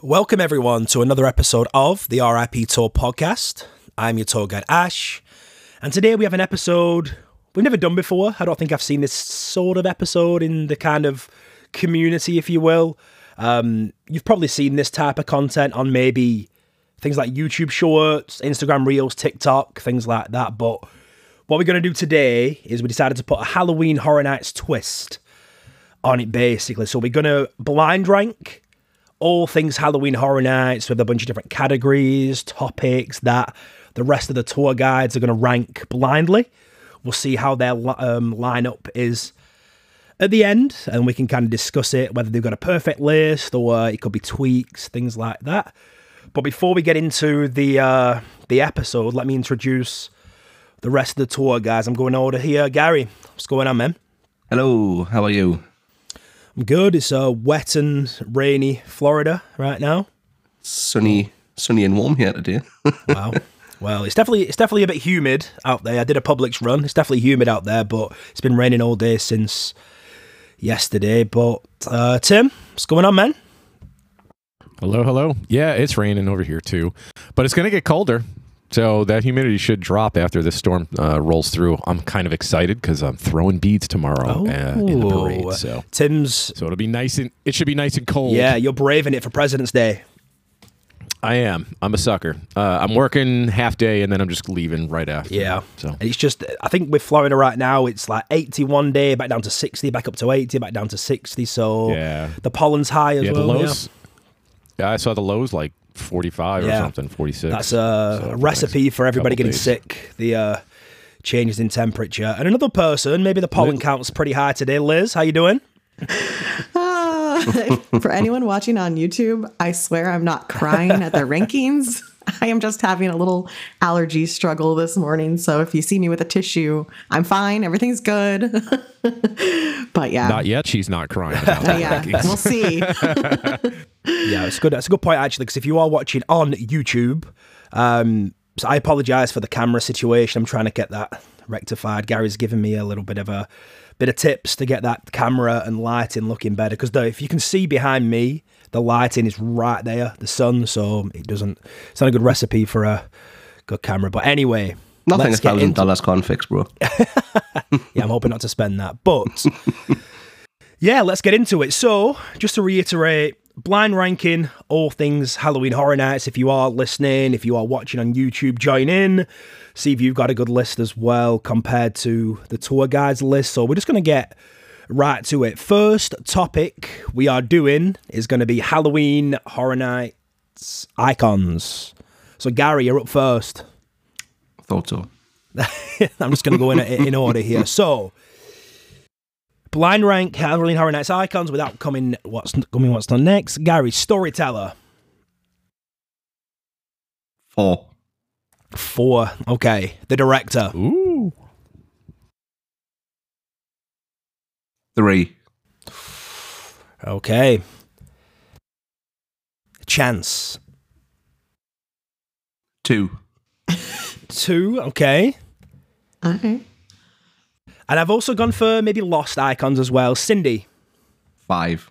Welcome, everyone, to another episode of the RIP Tour podcast. I'm your tour guide, Ash, and today we have an episode we've never done before. I don't think I've seen this sort of episode in the kind of community, if you will. Um, you've probably seen this type of content on maybe things like YouTube Shorts, Instagram Reels, TikTok, things like that. But what we're going to do today is we decided to put a Halloween Horror Nights twist on it, basically. So we're going to blind rank all things Halloween Horror Nights with a bunch of different categories, topics that the rest of the tour guides are going to rank blindly. We'll see how their li- um, lineup is at the end, and we can kind of discuss it whether they've got a perfect list or it could be tweaks, things like that. But before we get into the uh, the episode, let me introduce the rest of the tour guys. I'm going over here, Gary. What's going on, man? Hello, how are you? I'm good. It's uh, wet and rainy Florida right now. Sunny, sunny and warm here today. Wow. Oh, Well, it's definitely it's definitely a bit humid out there. I did a Publix run. It's definitely humid out there, but it's been raining all day since yesterday. But uh, Tim, what's going on, man? Hello, hello. Yeah, it's raining over here too, but it's going to get colder. So that humidity should drop after this storm uh, rolls through. I'm kind of excited because I'm throwing beads tomorrow uh, in the Oh. parade. So, Tim's so it'll be nice and it should be nice and cold. yeah, you're braving it for President's Day. I am. I'm a sucker. Uh, I'm working half day and then I'm just leaving right after. Yeah. So And it's just I think with Florida right now, it's like 81 day, back down to 60, back up to 80, back down to 60. So Yeah. the pollen's high as yeah, well. the yeah. lows. Yeah, I saw the lows like 45 Yeah. or something, 46. That's a So, recipe for everybody couple getting days. sick. The uh, changes in temperature. And another person, maybe the pollen count's pretty high today. Liz, how you doing? Ah, For anyone watching on YouTube, I swear I'm not crying at the rankings. I am just having a little allergy struggle this morning. So if you see me with a tissue, I'm fine. Everything's good. but yeah. Not yet. She's not crying about Uh, that. yeah, we'll see. Yeah, it's good. That's a good point actually, because if you are watching on YouTube, um, so I apologise for the camera situation. I'm trying to get that rectified. Gary's given me a little bit of a bit of tips to get that camera and lighting looking better. Because though, if you can see behind me, the lighting is right there, the sun. So it doesn't. It's not a good recipe for a good camera. But anyway, Nothing let's a get thousand into- dollars can't fix, bro. yeah, I'm hoping not to spend that. But yeah, let's get into it. So, just to reiterate, blind ranking all things Halloween Horror Nights. If you are listening, if you are watching on YouTube, join in. See if you've got a good list as well compared to the tour guides list. So, we're just going to get right to it. First topic we are doing is going to be Halloween Horror Nights icons. So, Gary, you're up first. Thought so. I'm just going to go in in order here. So, blind rank Halloween Horror Nights icons without coming what's coming what's done next. Gary storyteller Four. four. Okay, the director Ooh. Three. okay. Chance Two. two. Okay, All right. and I've also gone for maybe lost icons as well. Cindy, Five.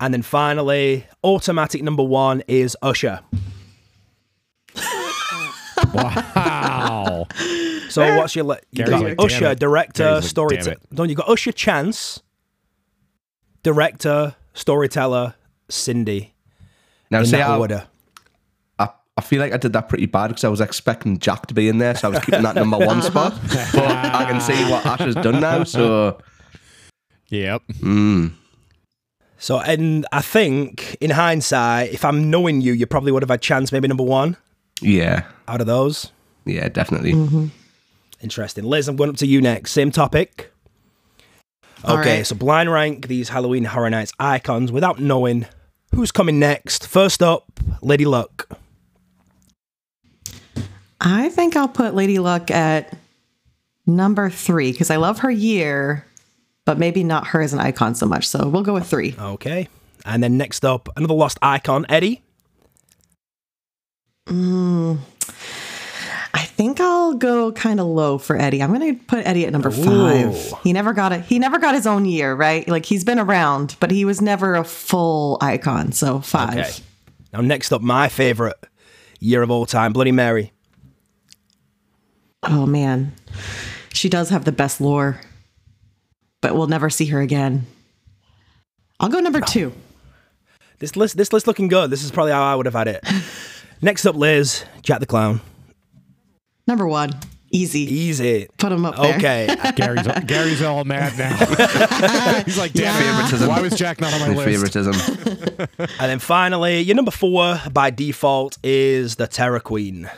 and then finally automatic number one is Usher. Wow. So what's your le- you Gary's got like, damn Usher, it. Gary's director, like, storyteller. damn it. No, you got Usher, Chance, director, storyteller, Cindy. Now, In see, that I, order. I, I feel like I did that pretty bad because I was expecting Jack to be in there, so I was keeping that number one spot. But I can see what Ash has done now, so yep. mm, So, and I think in hindsight, if I'm knowing you, you probably would have had Chance maybe number one yeah, out of those. yeah, definitely. Mm, Interesting. Liz, I'm going up to you next. Same topic. All Okay, right. so blind rank these Halloween Horror Nights icons without knowing who's coming next. First up, Lady Luck. I think I'll put Lady Luck at number three because I love her year, but maybe not her as an icon so much. So we'll go with three. Okay. And then next up, another lost icon, Eddie. Mm. I think I'll go kind of low for Eddie. I'm going to put Eddie at number five. Ooh. He never got it. He never got his own year, right? Like he's been around, but he was never a full icon. So five. Okay. Now, next up, my favourite year of all time, Bloody Mary. Oh man, she does have the best lore, but we'll never see her again. I'll go number two. This list, this list looking good. This is probably how I would have had it. next up, Liz, Jack the Clown. Number one, easy. Easy. Put him up there. Okay. Gary's Gary's all mad now. He's like, damn Yeah. it. Favoritism. Why was Jack not on my list? Favoritism. and then finally, your number four by default is the Terror Queen.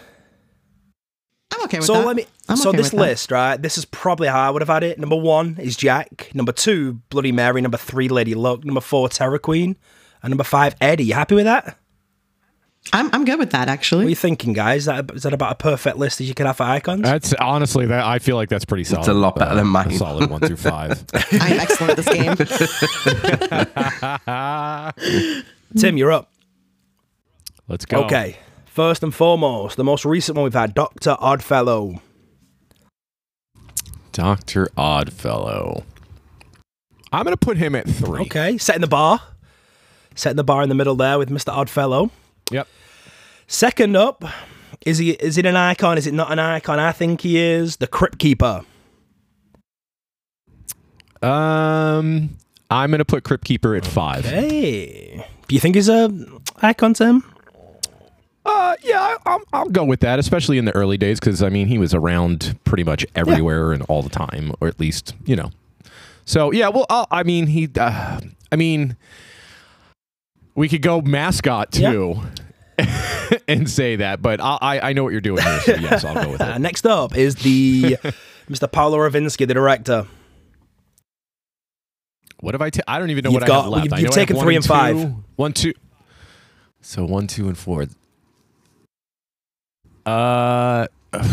I'm okay with So that. let me. I'm so okay this with that. list, right? This is probably how I would have had it. Number one is Jack. Number two, Bloody Mary. Number three, Lady Luck. Number four, Terror Queen. And number five, Eddie. You happy with that? What I'm I'm good with that actually. are you thinking, guys? Is that, is that about a perfect list as you could have for icons? That's honestly that I feel like that's pretty solid. uh, a lot better than mine. Solid one through five. I'm excellent at this game. Tim, you're up. Let's go. Okay. First and foremost, the most recent one we've had, Doctor Oddfellow. Doctor Oddfellow. I'm gonna put him at three. Okay, setting the bar, setting the bar in the middle there with Mister Oddfellow. Yep. Second up, is he? Is it an icon? Is it not an icon? I think he is the Crypt Keeper. Um, I'm gonna put Crypt Keeper at five. Hey, do you think he's a icon, Tim? Uh, yeah, I, I'll, I'll go with that, especially in the early days, because I mean he was around pretty much everywhere and all the time, or at least you know. So yeah, well, I'll, I mean he, uh, I mean, we could go mascot Yeah. too, and say that, but I, I I know what you're doing here, so yes, I'll go with Uh, it. next up is the Mr. Paolo Ravinsky, the director. What have I? ta- I don't even know You've what I got- have left. you've- I you've know I have taken one three and five. two. One, two. So one, two, and four. Uh,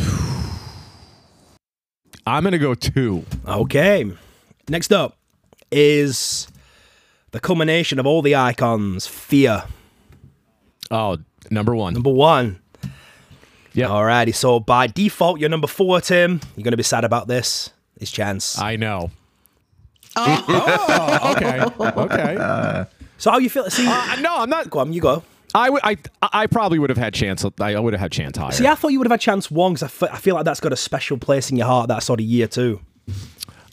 I'm gonna go two. Okay. Next up is the culmination of all the icons, Fear. Oh, number one. Number one. Yep. Alrighty. So by default, you're number four, Tim. You're gonna be sad about this. It's chance. I know. Oh, okay. Okay. Uh, so how you feel? See, no, I'm not. go on, you go. I would. I. I probably would have had chance. I would have had chance higher. See, I thought you would have had chance one because I, fe- I feel like that's got a special place in your heart. That sort of year too.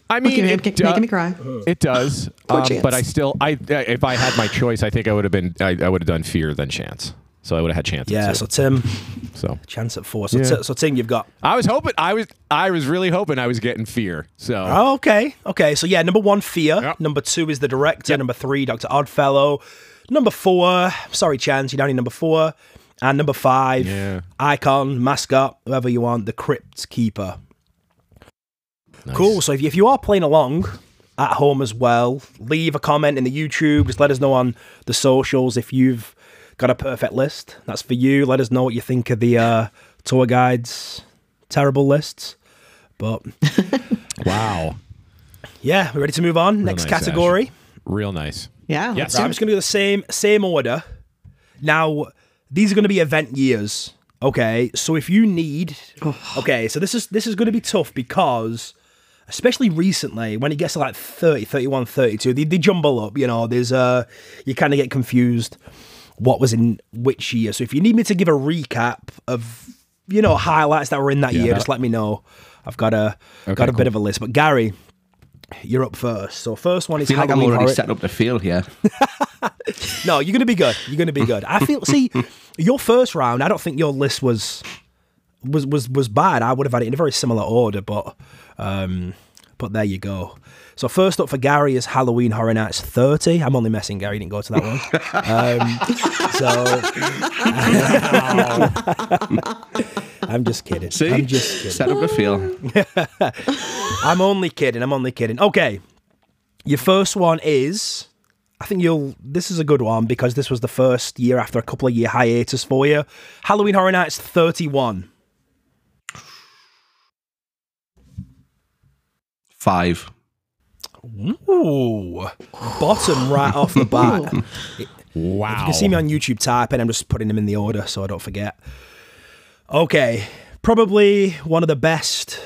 I mean, Making, it, making, do- making me cry. It does. um, Chance. but I still. I. If I had my choice, I think I would have been. I, I would have done fear than chance. So I would have had chance. at Yeah. two. So Tim, so chance at four. So, Yeah. t- so Tim, you've got. I was hoping I was I was really hoping I was getting fear. So Oh, okay. Okay. So yeah, number one, Fear. Yep. Number two is the director. Number three, Doctor Oddfellow. Number four, sorry, Chance, you're down in number four. And number five, Yeah. icon, mascot, whoever you want, the Crypt Keeper. nice. Cool. So if you, if you are playing along at home as well, leave a comment in the YouTube. Just let us know on the socials if you've got a perfect list. That's for you. Let us know what you think of the uh, tour guides' terrible lists. But Wow. yeah, we're ready to move on. Next nice, Ash. category. Real nice. Yeah. Yes. let's So do I'm just going to do the same same order. Now, these are going to be event years. Okay, so if you need, okay, so this is this is going to be tough because, especially recently, when it gets to like 30, 31, 32, they, they jumble up. You know, there's uh, you kind of get confused what was in which year. So if you need me to give a recap of you know highlights that were in that year, that- just let me know. I've got a got a bit of a list, but Gary, you're up first. So first one is I feel like I'm Halloween already Horror- setting up the field here. no, you're gonna be good. You're gonna be good. I feel. See, your first round, I don't think your list was was was was bad. I would have had it in a very similar order, but um, but there you go. So first up for Gary is Halloween Horror Nights 30. I'm only messing, Gary. You didn't go to that one. Um, so I'm just kidding. See? I'm just kidding. Set up the field. I'm only kidding. I'm only kidding. Okay. Your first one is I think you'll this is a good one because this was the first year after a couple of year hiatus for you. Halloween Horror Nights 31. Five. Ooh. Bottom right off the bat. You Wow. can see me on YouTube typing. I'm just putting them in the order so I don't forget. Okay. Probably one of the best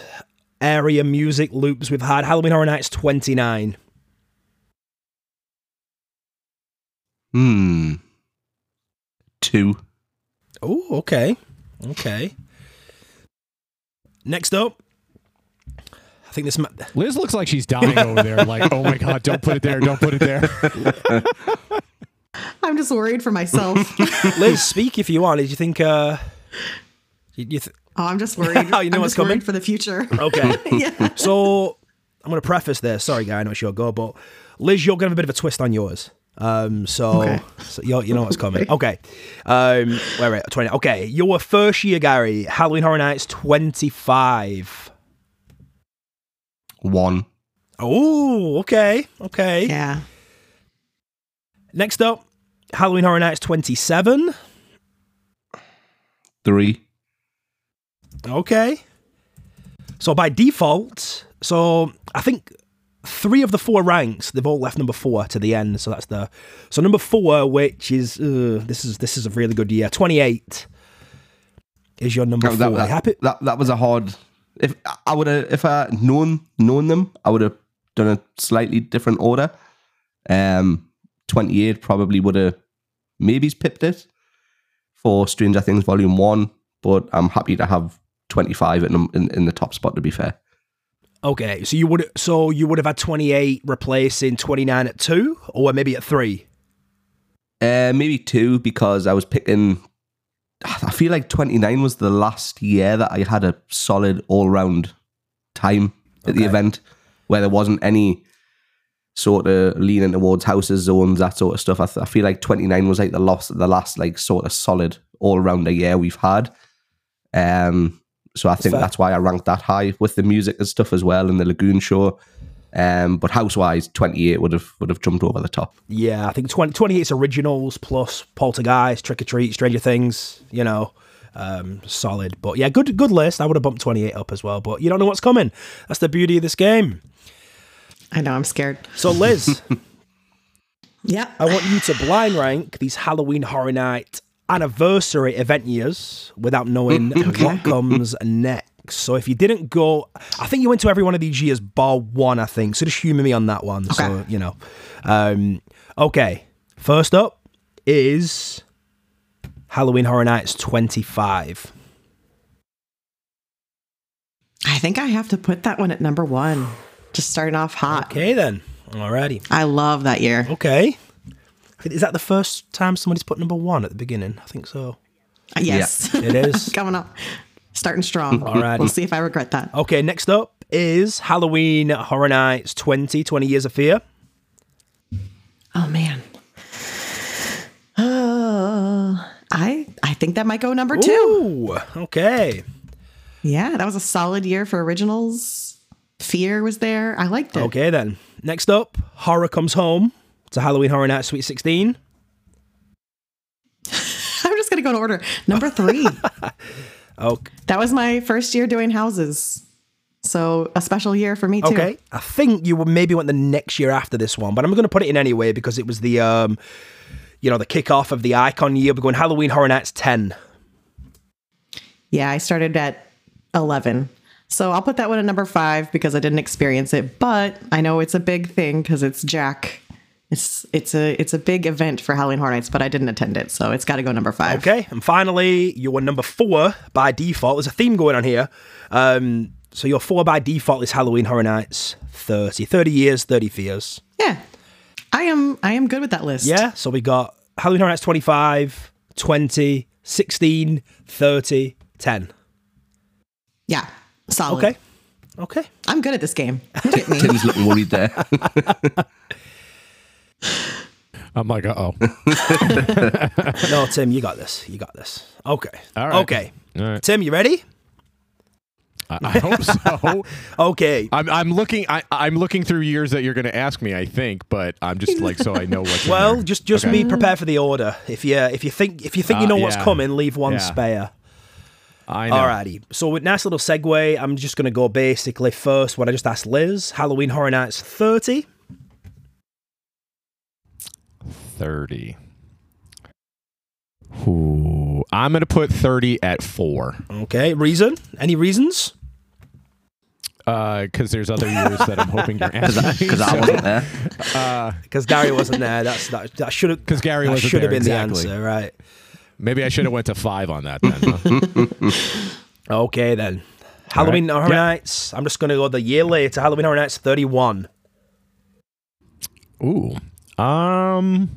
area music loops we've had. Halloween Horror Nights 29. Hmm. two. Oh, okay. Okay. Next up, I think this might. Liz looks like she's dying over there. Like, oh my god, don't put it there, don't put it there. I'm just worried for myself. Liz, speak if you want. Did you think. uh you, you th- Oh, I'm just worried. Oh, you know I'm what's just worried coming? for the future. Okay. yeah. So I'm going to preface this. Sorry, guy, I know it's your go, but Liz, you're going to have a bit of a twist on yours. Um, so, Okay. so you're, you know what's coming. Okay. Um, where are we? 20. Okay. Your first year, Gary, Halloween Horror Nights 25. One. Oh, okay. Okay. Yeah. Next up, Halloween Horror Nights 27. Three. Okay. So by default, so I think three of the four ranks they've all left number four to the end. So that's the so number four, which is uh, this is this is a really good year. Twenty eight is your number That, four. that, You happy? that, that, that was a hard. If I would have, if I known known them, I would have done a slightly different order. Um, twenty eight probably would have maybe's pipped it for Stranger Things Volume One, but I'm happy to have twenty five in, in in the top spot. To be fair, Okay, so you would so you would have had twenty eight replacing twenty nine at two, or maybe at three. uh, maybe two because I was picking. I feel like twenty nine was the last year that I had a solid all round time at the Okay. event where there wasn't any sort of leaning towards houses, zones, that sort of stuff. I, th- I feel like 29 was like the loss, the last like sort of solid all rounder year we've had. Um, so I think fair. that's why I ranked that high with the music and stuff as well and the Lagoon Show. Um, but house wise, 28 would have would have jumped over the top. Yeah, I think 20, 28's originals plus Poltergeist, Trick or Treat, Stranger Things, you know, um, solid. But yeah, good good list. I would have bumped 28 up as well, but you don't know what's coming. That's the beauty of this game. I know. I'm scared. So, Liz, Yeah. I want you to blind rank these Halloween Horror Night anniversary event years without knowing what comes next. So, if you didn't go, I think you went to every one of these years bar one, I think. So, just humor me on that one. So, Okay. you know. Um, okay. First up is Halloween Horror Nights 25. I think I have to put that one at number one. Just starting off hot. Okay, Oh, then. Alrighty. I love that year. Okay. Is that the first time somebody's put number one at the beginning? I think so. Uh, Yes. It is. Coming up. Starting strong. Alrighty. We'll see if I regret that. Okay, next up is Halloween Horror Nights 20, 20 Years of Fear. Oh man. Uh, I I think that might go number two. Ooh, okay. Yeah, that was a solid year for originals. Fear was there. I liked it. Okay, then. Next up, Horror Comes Home to Halloween Horror Nights Sweet 16. I'm just gonna go in order. Number three. Okay. that was my first year doing houses. So a special year for me too. okay. I think you were- maybe went the next year after this one, but I'm going to put it in anyway because it was the, um, you know, the kickoff of the icon year. We're going Halloween Horror Nights 10. Yeah, I started at 11. So I'll put that one at number five because I didn't experience it, but I know it's a big thing because it's Jack. It's it's a it's a big event for Halloween Horror Nights, but I didn't attend it, so it's got to go number five. Okay, and finally, your number four by default. There's a theme going on here. Um, so your four by default is Halloween Horror Nights 30. 30 years, 30 fears. Yeah, I am I am good with that list. Yeah, so we got Halloween Horror Nights 25, 20, 16, 30, 10. yeah, solid. Okay. Okay. I'm good at this game. Get me. Tim's looking worried there. I'm like, uh oh. No, Tim, you got this. You got this. Okay. All right. Okay. All right. Tim, you ready? I, I hope so. Okay. I'm, I'm looking. I, I'm looking through years that you're going to ask me. I think, but I'm just like so I know what's. in Well, there. just just Okay. be prepared for the order. If you if you think if you think you Uh, know what's yeah. coming, leave one Yeah. spare. I know. Alrighty. So with nice little segue, I'm just gonna go basically first what I just asked Liz. Halloween Horror Nights 30. Thirty. Ooh, I'm going to put thirty at four. Okay. Reason? Any reasons? because Uh, there's other years that I'm hoping you're asking Because I wasn't there. Because Gary wasn't there. That's that that should have Because Uh, Gary That wasn't should have there, been exactly. the answer, right? Maybe I should have went to five on that then. huh? Okay then. Halloween Horror Nights. I'm just going to go the year later. Halloween Horror Nights 31. Ooh. Um.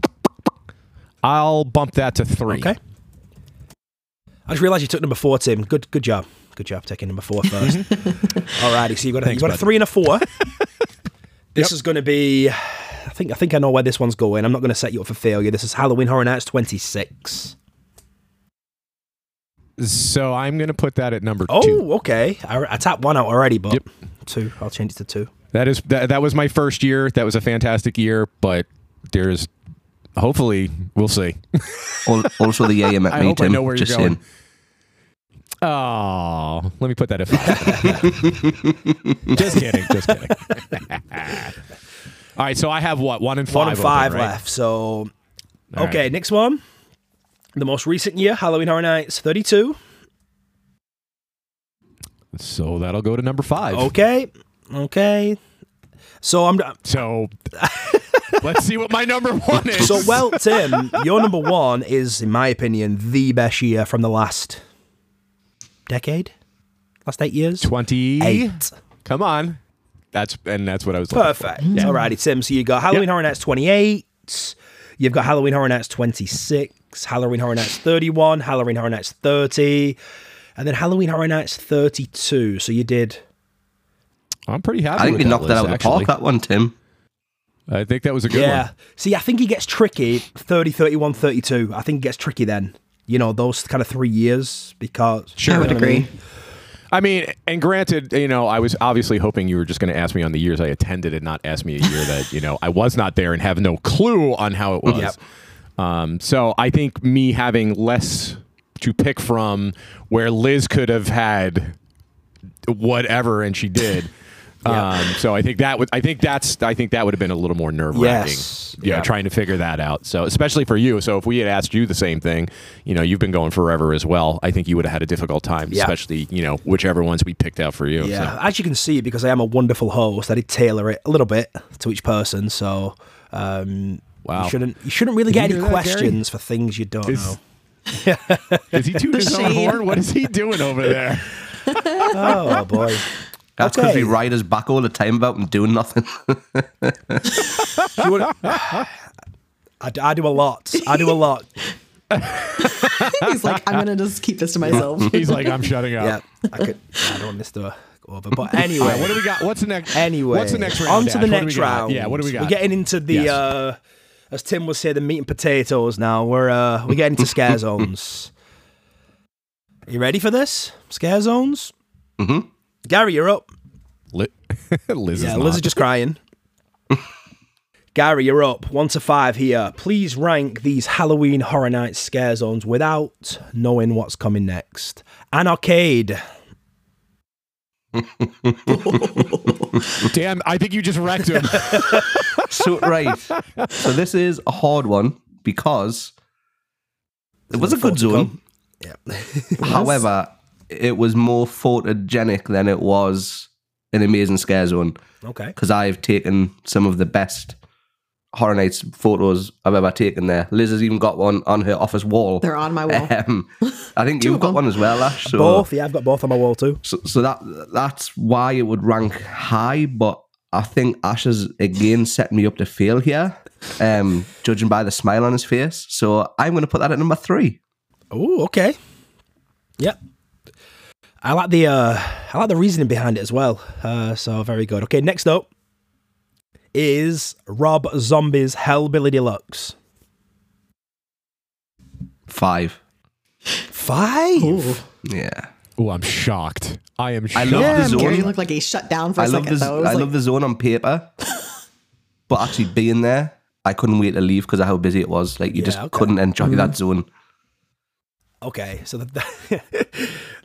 I'll bump that to three. Okay. I just realised you took number four, Tim. Good, good job. Good job taking number four first. Alrighty, so you got a, you got a three and a four. this is going to be. I think I think I know where this one's going. I'm not going to set you up for failure. This is Halloween Horror Nights 26. So I'm gonna put that at number Oh, two. okay. I, I tapped one out already, but Yep. two. I'll change it to two. That is that, that was my first year. That was a fantastic year, but there's hopefully we'll see. Al- Also, the yeah you met I me, hope I Tim. know where you're just going. saying. Oh, let me put that at five. just kidding. Just kidding. All right, so I have what one and five. One and five open, right? left. So, All right. okay, next one. The most recent year, Halloween Horror Nights 32. So that'll go to number five. Okay, okay. So I'm So let's see what my number one is. so well, Tim. Your number one is, in my opinion, the best year from the last decade, last eight years. twenty. Eight. Come on, that's and that's what I was. looking for. Perfect. Alrighty, Tim. So you got Halloween Horror Nights 28. You've got Halloween Horror Nights 26, Halloween Horror Nights 31, Halloween Horror Nights 30, and then Halloween Horror Nights 32. So you did. I'm pretty happy. I think with we knocked that out list, of the actually. park, that one, Tim. I think that was a good yeah. one. See, I think he gets tricky 30, 31, 32. I think it gets tricky then. You know, those kind of three years because. I would You know what I mean? agree. I mean, and granted, you know, I was obviously hoping you were just going to ask me on the years I attended and not ask me a year that, you know, I was not there and have no clue on how it was. Mm-hmm. Yep. Um, so I think me having less to pick from where Liz could have had whatever and she did. Um, so I think that would I think that's I think that would have been a little more nerve wracking. Yes. Yeah, Yeah. trying to figure that out. So especially for you. So if we had asked you the same thing, you know, you've been going forever as well. I think you would have had a difficult time, Yeah. especially you know whichever ones we picked out for you. Yeah, So. as you can see, because I am a wonderful host, I did tailor it a little bit to each person. So, um, Wow. you shouldn't you shouldn't really Did get you any hear that, Gary? questions for things you don't Is- know. Is he tooting his own shade. horn? What is he doing over there? Oh boy, That's because Okay. we ride us back all the time about and doing nothing. Do you wanna- I, d- I do a lot. I do a lot. He's like, I'm gonna just keep this to myself. He's like, I'm shutting up. Yeah, I could. I don't want this to go over. But All right, what anyway, do we got? What's the next? anyway, what's the next round? On to Ash? the What do next we got? round. Yeah, what do we got? We're getting into the. Yes. Uh, as Tim would say, the meat and potatoes. Now we're uh, we're getting into scare zones. Are you ready for this? Scare zones. Mm-hmm. Mhm. Gary, you're up. Li- Liz yeah, Liz is not. is just crying. Gary, you're up. One to five here. Please rank these Halloween Horror Night scare zones without knowing what's coming next. An arcade. Damn, I think you just wrecked him. so right. So this is a hard one because it was a good zone. However, it was more photogenic than it was an amazing scare zone Okay. because I've taken some of the best horror nights photos I've ever taken there. Liz has even got one on her office wall. They're on my wall. Um, I think you've got one as well, Ash. So Both. Yeah, I've got both on my wall too. so, so that that's why it would rank high, but I think Ash has again set me up to fail here, um, judging by the smile on his face. So I'm going to put that at number three. Oh, okay. Yep. I like the uh, I like the reasoning behind it as well. Uh, so very good. Okay, next up is Rob Zombie's Hellbilly Deluxe. Five. Five. Ooh. Yeah. oh, I'm shocked. I am I shocked. love the Gary zone. looked like he shut down for a I love the second z- though. It I was love like, the zone on paper, but actually being there, I couldn't wait to leave because of how busy it was. Like you Yeah, just okay. couldn't enjoy Mm-hmm. that zone. Okay, so the, the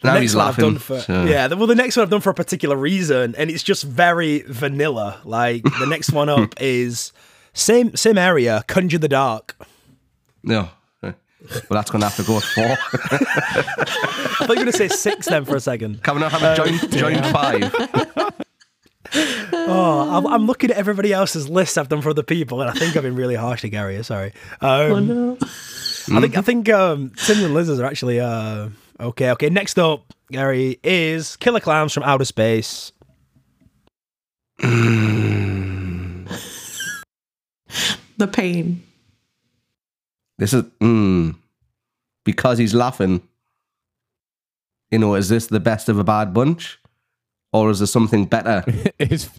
Now next he's one I've laughing, done for so- yeah. The, well, the next one I've done for a particular reason, and it's just very vanilla. Like the next one up is same same area, conjure the dark. No. Well, that's going to have to go at four. I thought you were gonna say six then for a second. Coming up, have Uh, a joint, joint five. Oh, I'm, I'm looking at everybody else's list I've done for other people, and I think I've been really harsh to Gary. Sorry. Um, oh no. I think I think um, Tim and Lizards are actually uh, okay. Okay, next up, Gary is Killer Clowns from Outer Space. The pain. This is mm, because he's laughing. You know, is this the best of a bad bunch, or is there something better? his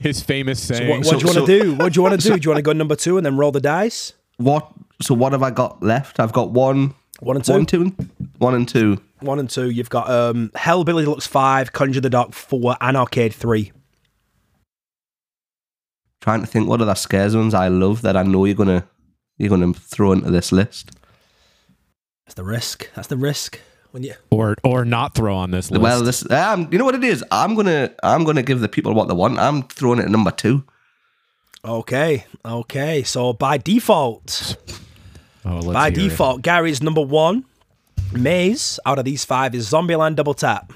his famous saying. What, what do you want to so- do? What do you want to do? Do you want to go number two and then roll the dice? what? So what have I got left? I've got one, One and two. one, two, and- one and two. One and two. You've got um, Hellbilly Deluxe five, Conjure the Dark four, and Arcade three. Trying to think what are the scares ones I love that I know you're gonna you're gonna throw into this list. That's the risk. That's the risk when you. or or not throw on this list. Well, this um, you know what it is. I'm gonna I'm gonna give the people what they want. I'm throwing it at number two. Okay, okay. So by default, oh, let's by hear it. default, Gary's number one. Maze out of these five is Zombieland Double Tap.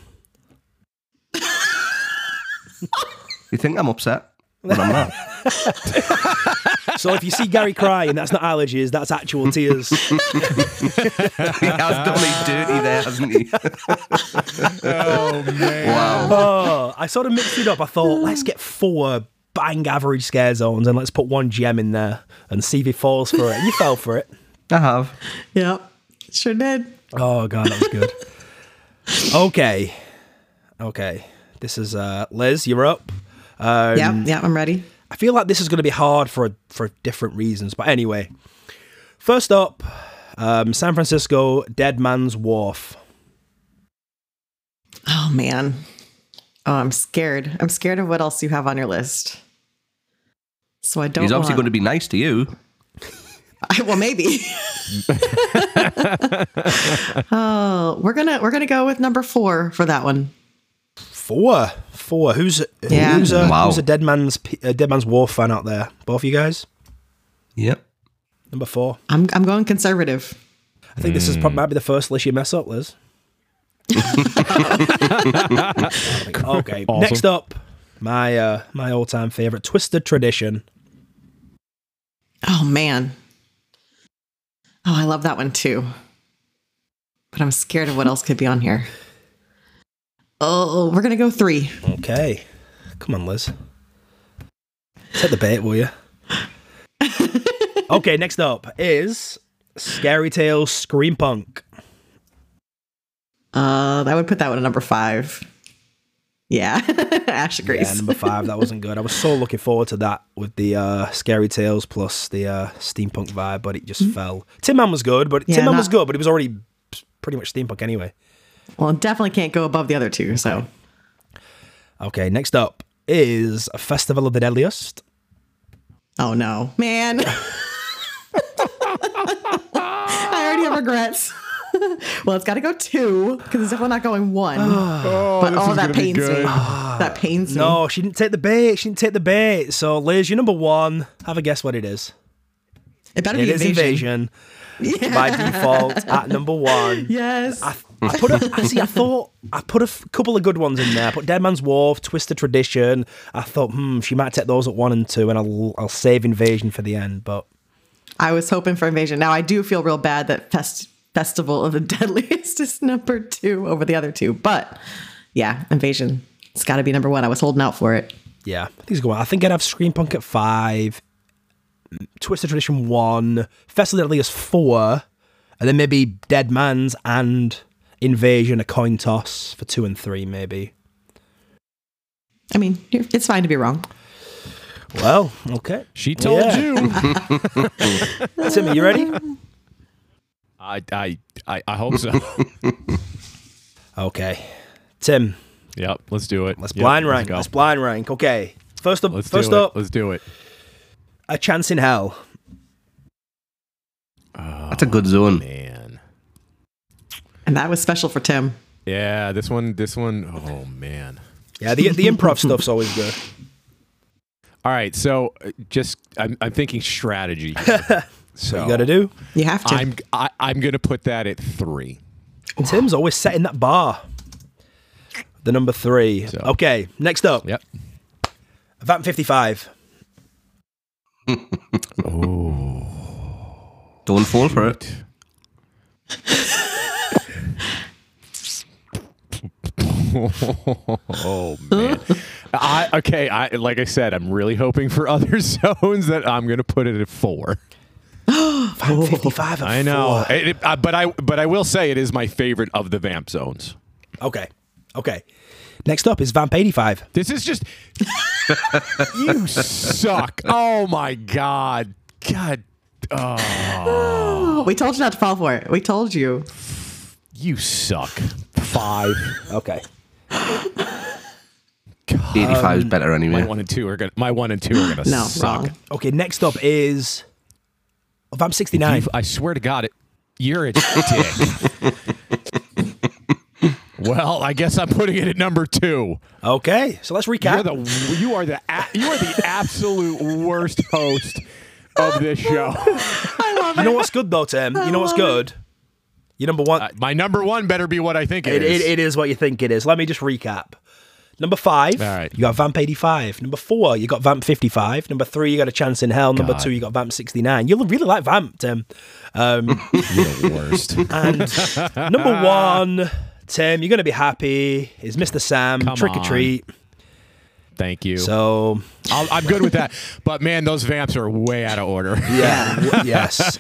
You think I'm upset? But I'm not. So if you see Gary crying, that's not allergies, that's actual tears. he has done me dirty there, hasn't he? Oh man. wow. Oh, I sort of mixed it up. I thought, let's get four bang average scare zones and let's put one gem in there and see if he falls for it. You fell for it. I have. Yep. Sure did. Oh god, that was good. okay. Okay. This is uh Liz, you're up. Um, Yep. Yep. I'm ready. I feel like this is going to be hard for for different reasons, but anyway. First up, um, San Francisco Dead Man's Wharf. Oh man. Oh, I'm scared. I'm scared of what else you have on your list. So I don't. He's obviously want- going to be nice to you. I, well, maybe. oh, we're gonna we're gonna go with number four for that one. Four, four. Who's Yeah. who's a Wow. who's a Dead Man's P- uh, Dead Man's Wharf fan out there? Both of you guys. Yep. Number four. I'm I'm going conservative. I think this is probably might be the first list you mess up, Liz. okay. Awesome. Next up, my uh, my all time favorite, Twisted Tradition. Oh man. Oh, I love that one too. But I'm scared of what else could be on here. Oh, we're gonna go three. Okay, come on, Liz. Take the bait, will you? okay. Next up is Scary Tales Scream Punk. Uh, I would put that one at number five. Yeah, Ash agrees. Yeah, number five. That wasn't good. I was so looking forward to that with the uh, Scary Tales plus the uh, steampunk vibe, but it just fell. Tin Man was good, but Yeah, Tin Man not- was good, but it was already pretty much steampunk anyway. Well, definitely can't go above the other two. So Okay, next up is a Festival of the Deadliest. Oh no, man. I already have regrets. well, it's got to go two because it's definitely not going one. but oh, that pains me. That pains me. No, she didn't take the bait. She didn't take the bait. So, Liz, you're number one. Have a guess what it is. It better It be is invasion. Invasion by default at number one. Yes. I, I put a, I see. I thought I put a f- couple of good ones in there. I put Dead Man's Wharf, Twisted Tradition. I thought, hmm, she might take those at one and two, and I'll I'll save Invasion for the end. But I was hoping for invasion. Now I do feel real bad that Fest- Festival of the Deadliest is number two over the other two, but yeah, invasion. It's got to be number one. I was holding out for it. yeah, I think it's going. I think I'd have Scream Punk at five, m- Twisted Tradition one, Festival of the Deadliest four, and then maybe Dead Man's and Invasion a coin toss for two and three maybe. I mean, you're- it's fine to be wrong. Well, okay. She told Yeah. you. Timmy, you ready? I, I I I hope so. Okay, Tim. yep. Let's do it. Let's Yep, blind rank. go. Let's blind rank. Okay. First up, Let's do first it. up, Let's do it. a chance in hell. That's a good Oh, zone. Man. And that was special for Tim. Yeah. This one. This one. Oh man. Yeah, the the improv stuff's always good. All right. So uh, just I'm I'm thinking strategy. here. so You got to do. You have to. I'm I, I'm gonna put that at three. Oh. Tim's always setting that bar. The number three. So- Okay, next up, Yep. Vamp 55. Oh. Don't fall for it. oh man. I, okay, I like I said, I'm really hoping for other zones that I'm going to put it at four. 555 at I know, four. It- it- uh, but I but I will say it is my favorite of the vamp zones. Okay. Okay. Next up is Vamp 85. This is just you suck. Oh my god, God, Oh, we told you not to fall for it. We told you. you suck. Five. Okay. 85 is better My anyway. Um, one and two are gonna. My one and two are gonna No, suck. wrong. Okay, next up is Vamp 69. You've- I swear to God, it, you're a dick. well, I guess I'm putting it at number two. Okay. So let's recap. You're the you are the a- you are the absolute worst host of this show. you know what's good though, Tim? You know what's good? Your number one. My number one better be what I think It, Uh, it is. it, it is what you think it is. Let me just recap. Number five, All right. you got Vamp 85. Number four, you got Vamp 55. Number three, you got A Chance in Hell. Number God. two, you got Vamp 69. You'll really like Vamp, Tim. You're the worst. Number one, Tim, you're going to be happy, is Mr. Sam, Trick or on. Treat. Thank you. So, I'll, I'm good with that. But man, those vamps are way out of order. yeah, w- yes.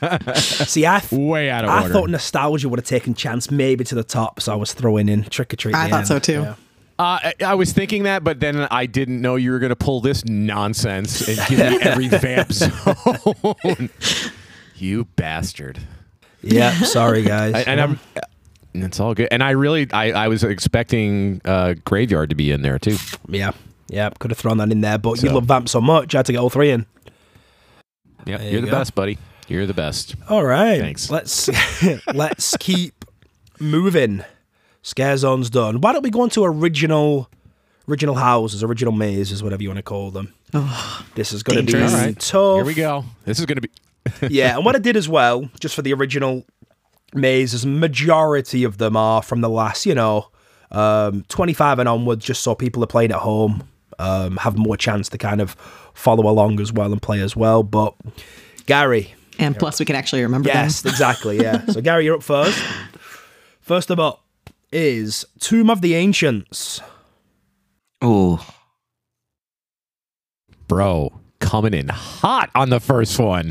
See, I, th- way out of I order. thought Nostalgia would have taken Chance maybe to the top, so I was throwing in Trick or Treat. I at the thought so end. too. Yeah. Uh, I, I was thinking that, but then I didn't know you were going to pull this nonsense and give me every vamp zone. you bastard. Yeah, sorry, guys. And, and I'm. and It's all good, and I really, I, I was expecting uh, graveyard to be in there too. yeah, yeah, could have thrown that in there, but you So- love Vamp so much, I had to get all three in. Yeah, you're you the go. best, buddy. You're the best. All right. Thanks. Let's let's keep moving. Scare zone's done. Why don't we go on to original original houses, original mazes, whatever you want to call them. this is going to be dangerous. All tough. Here we go. This is gonna be. yeah, and what I did as well, just for the original mazes, majority of them are from the last, you know, um, 25 and onwards, just so people are playing at home um, have more chance to kind of follow along as well and play as well. But Gary, And plus, we can actually remember Yes, them. exactly. Yeah. so Gary, you're up first. First of all is Tomb of the Ancients. Oh, Bro, coming in hot on the first one.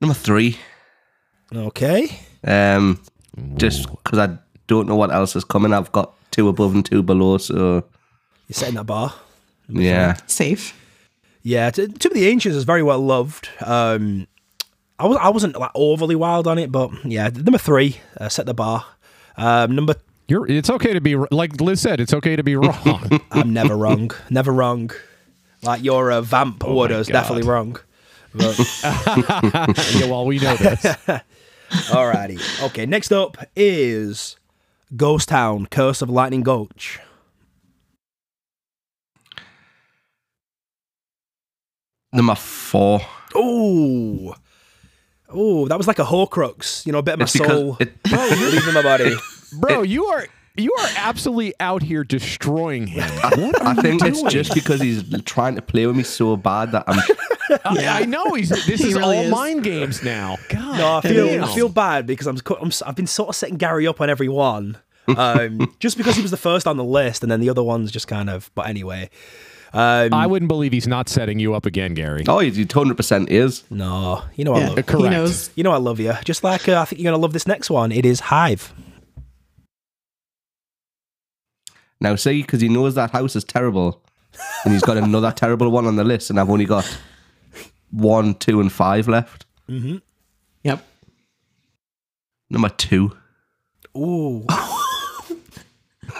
number three. Okay. Um, just because I don't know what else is coming. I've got two above and two below, so You're setting that bar. yeah. Safe. Yeah, T- Tomb of the Ancients is very well loved. Um, I was I wasn't like overly wild on it, but yeah, number three uh, set the bar. Um, number You're. It's okay to be r- like Liz said. It's okay to be wrong. I'm never wrong, never wrong. Like your uh, vamp Oh order's God. definitely wrong. But yeah, well, we know this. alrighty, okay. Next up is Ghost Town: Curse of Lightning Gulch. Number four. Oh, oh, that was like a Horcrux. You know, a bit of my It's because soul it- leaving my body. Bro, you are you are absolutely out here destroying him. What I are you think it's doing? just because he's trying to play with me so bad that I'm. I, I know he's. This is really all is. mind games now. God, No, I feel damn. I feel bad because I'm, co- I'm s- I've been sort of setting Gary up on every one, um, just because he was the first on the list, and then the other ones just kind of. But anyway, um, I wouldn't believe he's not setting you up again, Gary. Oh, he 100% is. no, you know I Yeah, love Correct. He knows. you know I love you. Just like uh, I think you're gonna love this next one. It is Hive. Now, see, because he knows that house is terrible, and he's got another terrible one on the list, and I've only got one, two, and five left. Yep. Number two. Ooh, I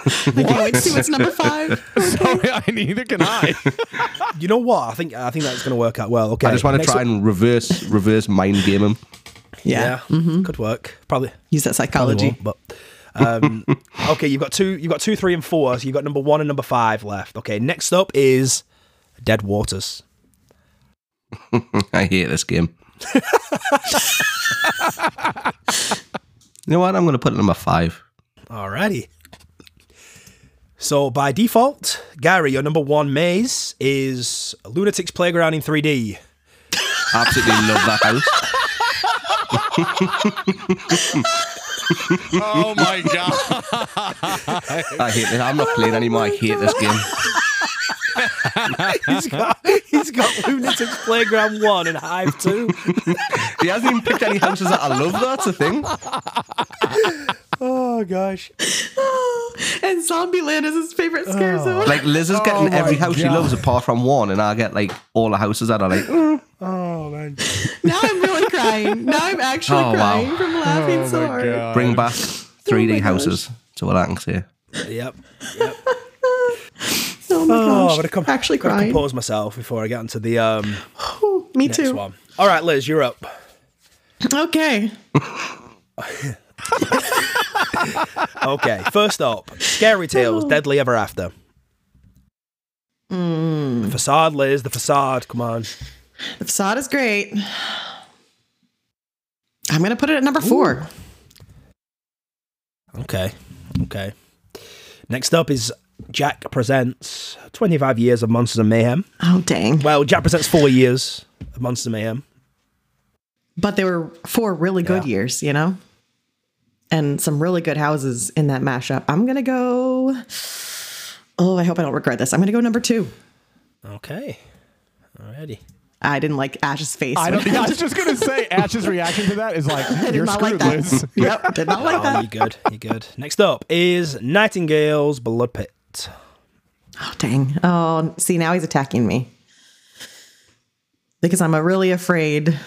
can't wait to see what's number five. So, neither can I. you know what? I think I think that's gonna work out well. Okay, I just want to next try up- and reverse reverse mind game him. Yeah. yeah, could work probably. Use that psychology. Probably won't, but um, okay, you've got two, you've got two, three, and four. So you've got number one and number five left. Okay, next up is Dead Waters. I hate this game. you know what? I'm going to put it number five. Alrighty. So by default, Gary, your number one maze is Lunatic's Playground in 3D. Absolutely love that house. oh my god! I hate it. I'm not playing anymore. I hate this game. he's got he's got Lunatics Playground One and Hive Two. He hasn't even picked any houses that I love. That's a thing. Oh gosh. Ah, and Zombieland is his favorite scare zone. Like Liz Oh is getting every house she loves apart from one, and I get like all the houses that are like. mm. Oh man. now I'm really crying. Now I'm actually Oh, wow. Oh, crying from laughing so hard. Bring back 3D houses. So what I can say. Yep. Yep. Oh my Oh, gosh. I'm gonna com- actually I'm gonna crying. compose myself before I get onto the um, Ooh, me next too. one. All right, Liz, you're up. Okay. Okay, first up, Scary Tales, Deadly Ever After. The facade, Liz. The facade. Come on. The facade is great. I'm going to put it at number four. Okay. Okay. Next up is Jack presents 25 years of Monsters and Mayhem. Oh, dang. Well, Jack presents four years of Monsters and Mayhem. But there were four really good years, you know? And some really good houses in that mashup. I'm going to go. Oh, I hope I don't regret this. I'm going to go number two. Okay. Alrighty. I didn't like Ash's face. I, when don't, I was just gonna say Ash's reaction to that is like I did you're not screwed, like that. Liz. Yep, did not like Oh, that. you good. You good. Next up is Nightingale's Blood Pit. Oh, dang. Oh, see, now he's attacking me. Because I'm uh, really afraid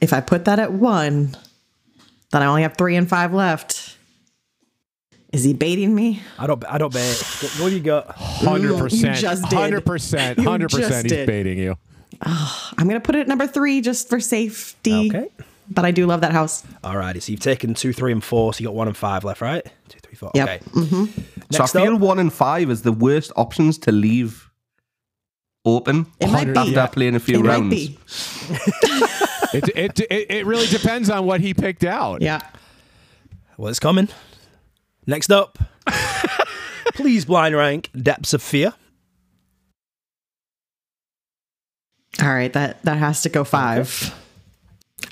if I put that at one, then I only have three and five left. Is he baiting me? I don't. I don't bet. What, what do you got? Hundred percent. just did. Hundred percent. You Hundred just percent. He's did. baiting you. I'm going to put it at number three just for safety. Okay. But I do love that house. Alrighty. So you've taken two, three, and four. So you got one and five left, right? Two, three, four. Yep. Okay. So I Next feel up. one and five is the worst options to leave open It might be. after playing a few It rounds. might be. It, it, it, it really depends on what he picked out. Yeah. Well, it's coming. Next up. Please blind rank Depths of Fear. All right. That, that has to go five.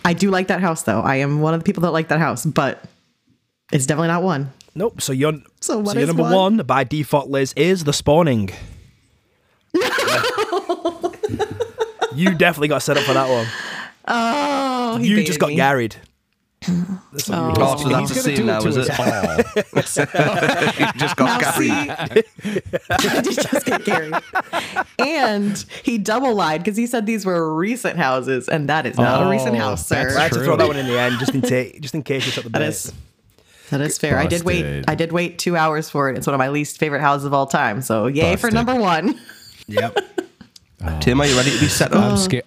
I do like that house, though. I am one of the people that like that house, but it's definitely not one. Nope. So you're So what so your is number one? one? by default, Liz, is the spawning. you definitely got set up for that one. Oh, he you baited just got me. garried. That's what you did. Oh, so that's a He's gonna do scene it now, to is it? us all. You just got Now, Gary. see, I did just get Gary. And he double lied because he said these were recent houses, and that is not a recent Oh, house, sir. that's I had to True. throw that one in the end just in, ta- just in case you took the That bait. is that is fair. I did wait. Busted. I did wait two hours for it. It's one of my least favorite houses of all time. So yay for Busted. number one. Yep. Tim, are you ready to be set I'm up? scared.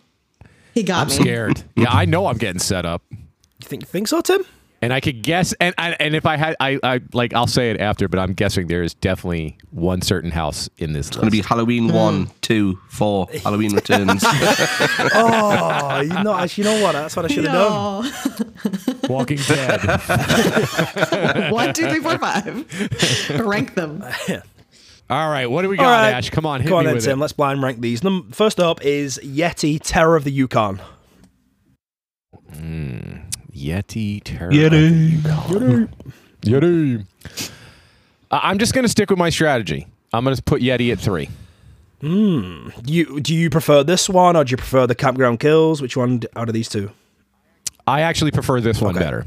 He got I'm me. scared. Yeah, I know I'm getting set up. You think think so, Tim? And I could guess, and and, and if I had, I, I like, I'll say it after, but I'm guessing there is definitely one certain house in this It's going list. to be Hmm. Halloween one, two, four. Halloween Returns. Oh, you know, actually, you know what? That's what I should have done. No. Walking Dead. one, two, three, four, five. Rank them. All right, what do we All got, right. Ash? Come on, hit Come on me then, with Tim. it. Let's blind rank these. Num- First up is Yeti Terror of the Yukon. Yeti Terror. Yeti. Yeti. Yeti. I- I'm just gonna stick with my strategy. I'm gonna put Yeti at three. You do you prefer this one or do you prefer the Campground Kills? Which one d- out of these two? I actually prefer this one Okay. better.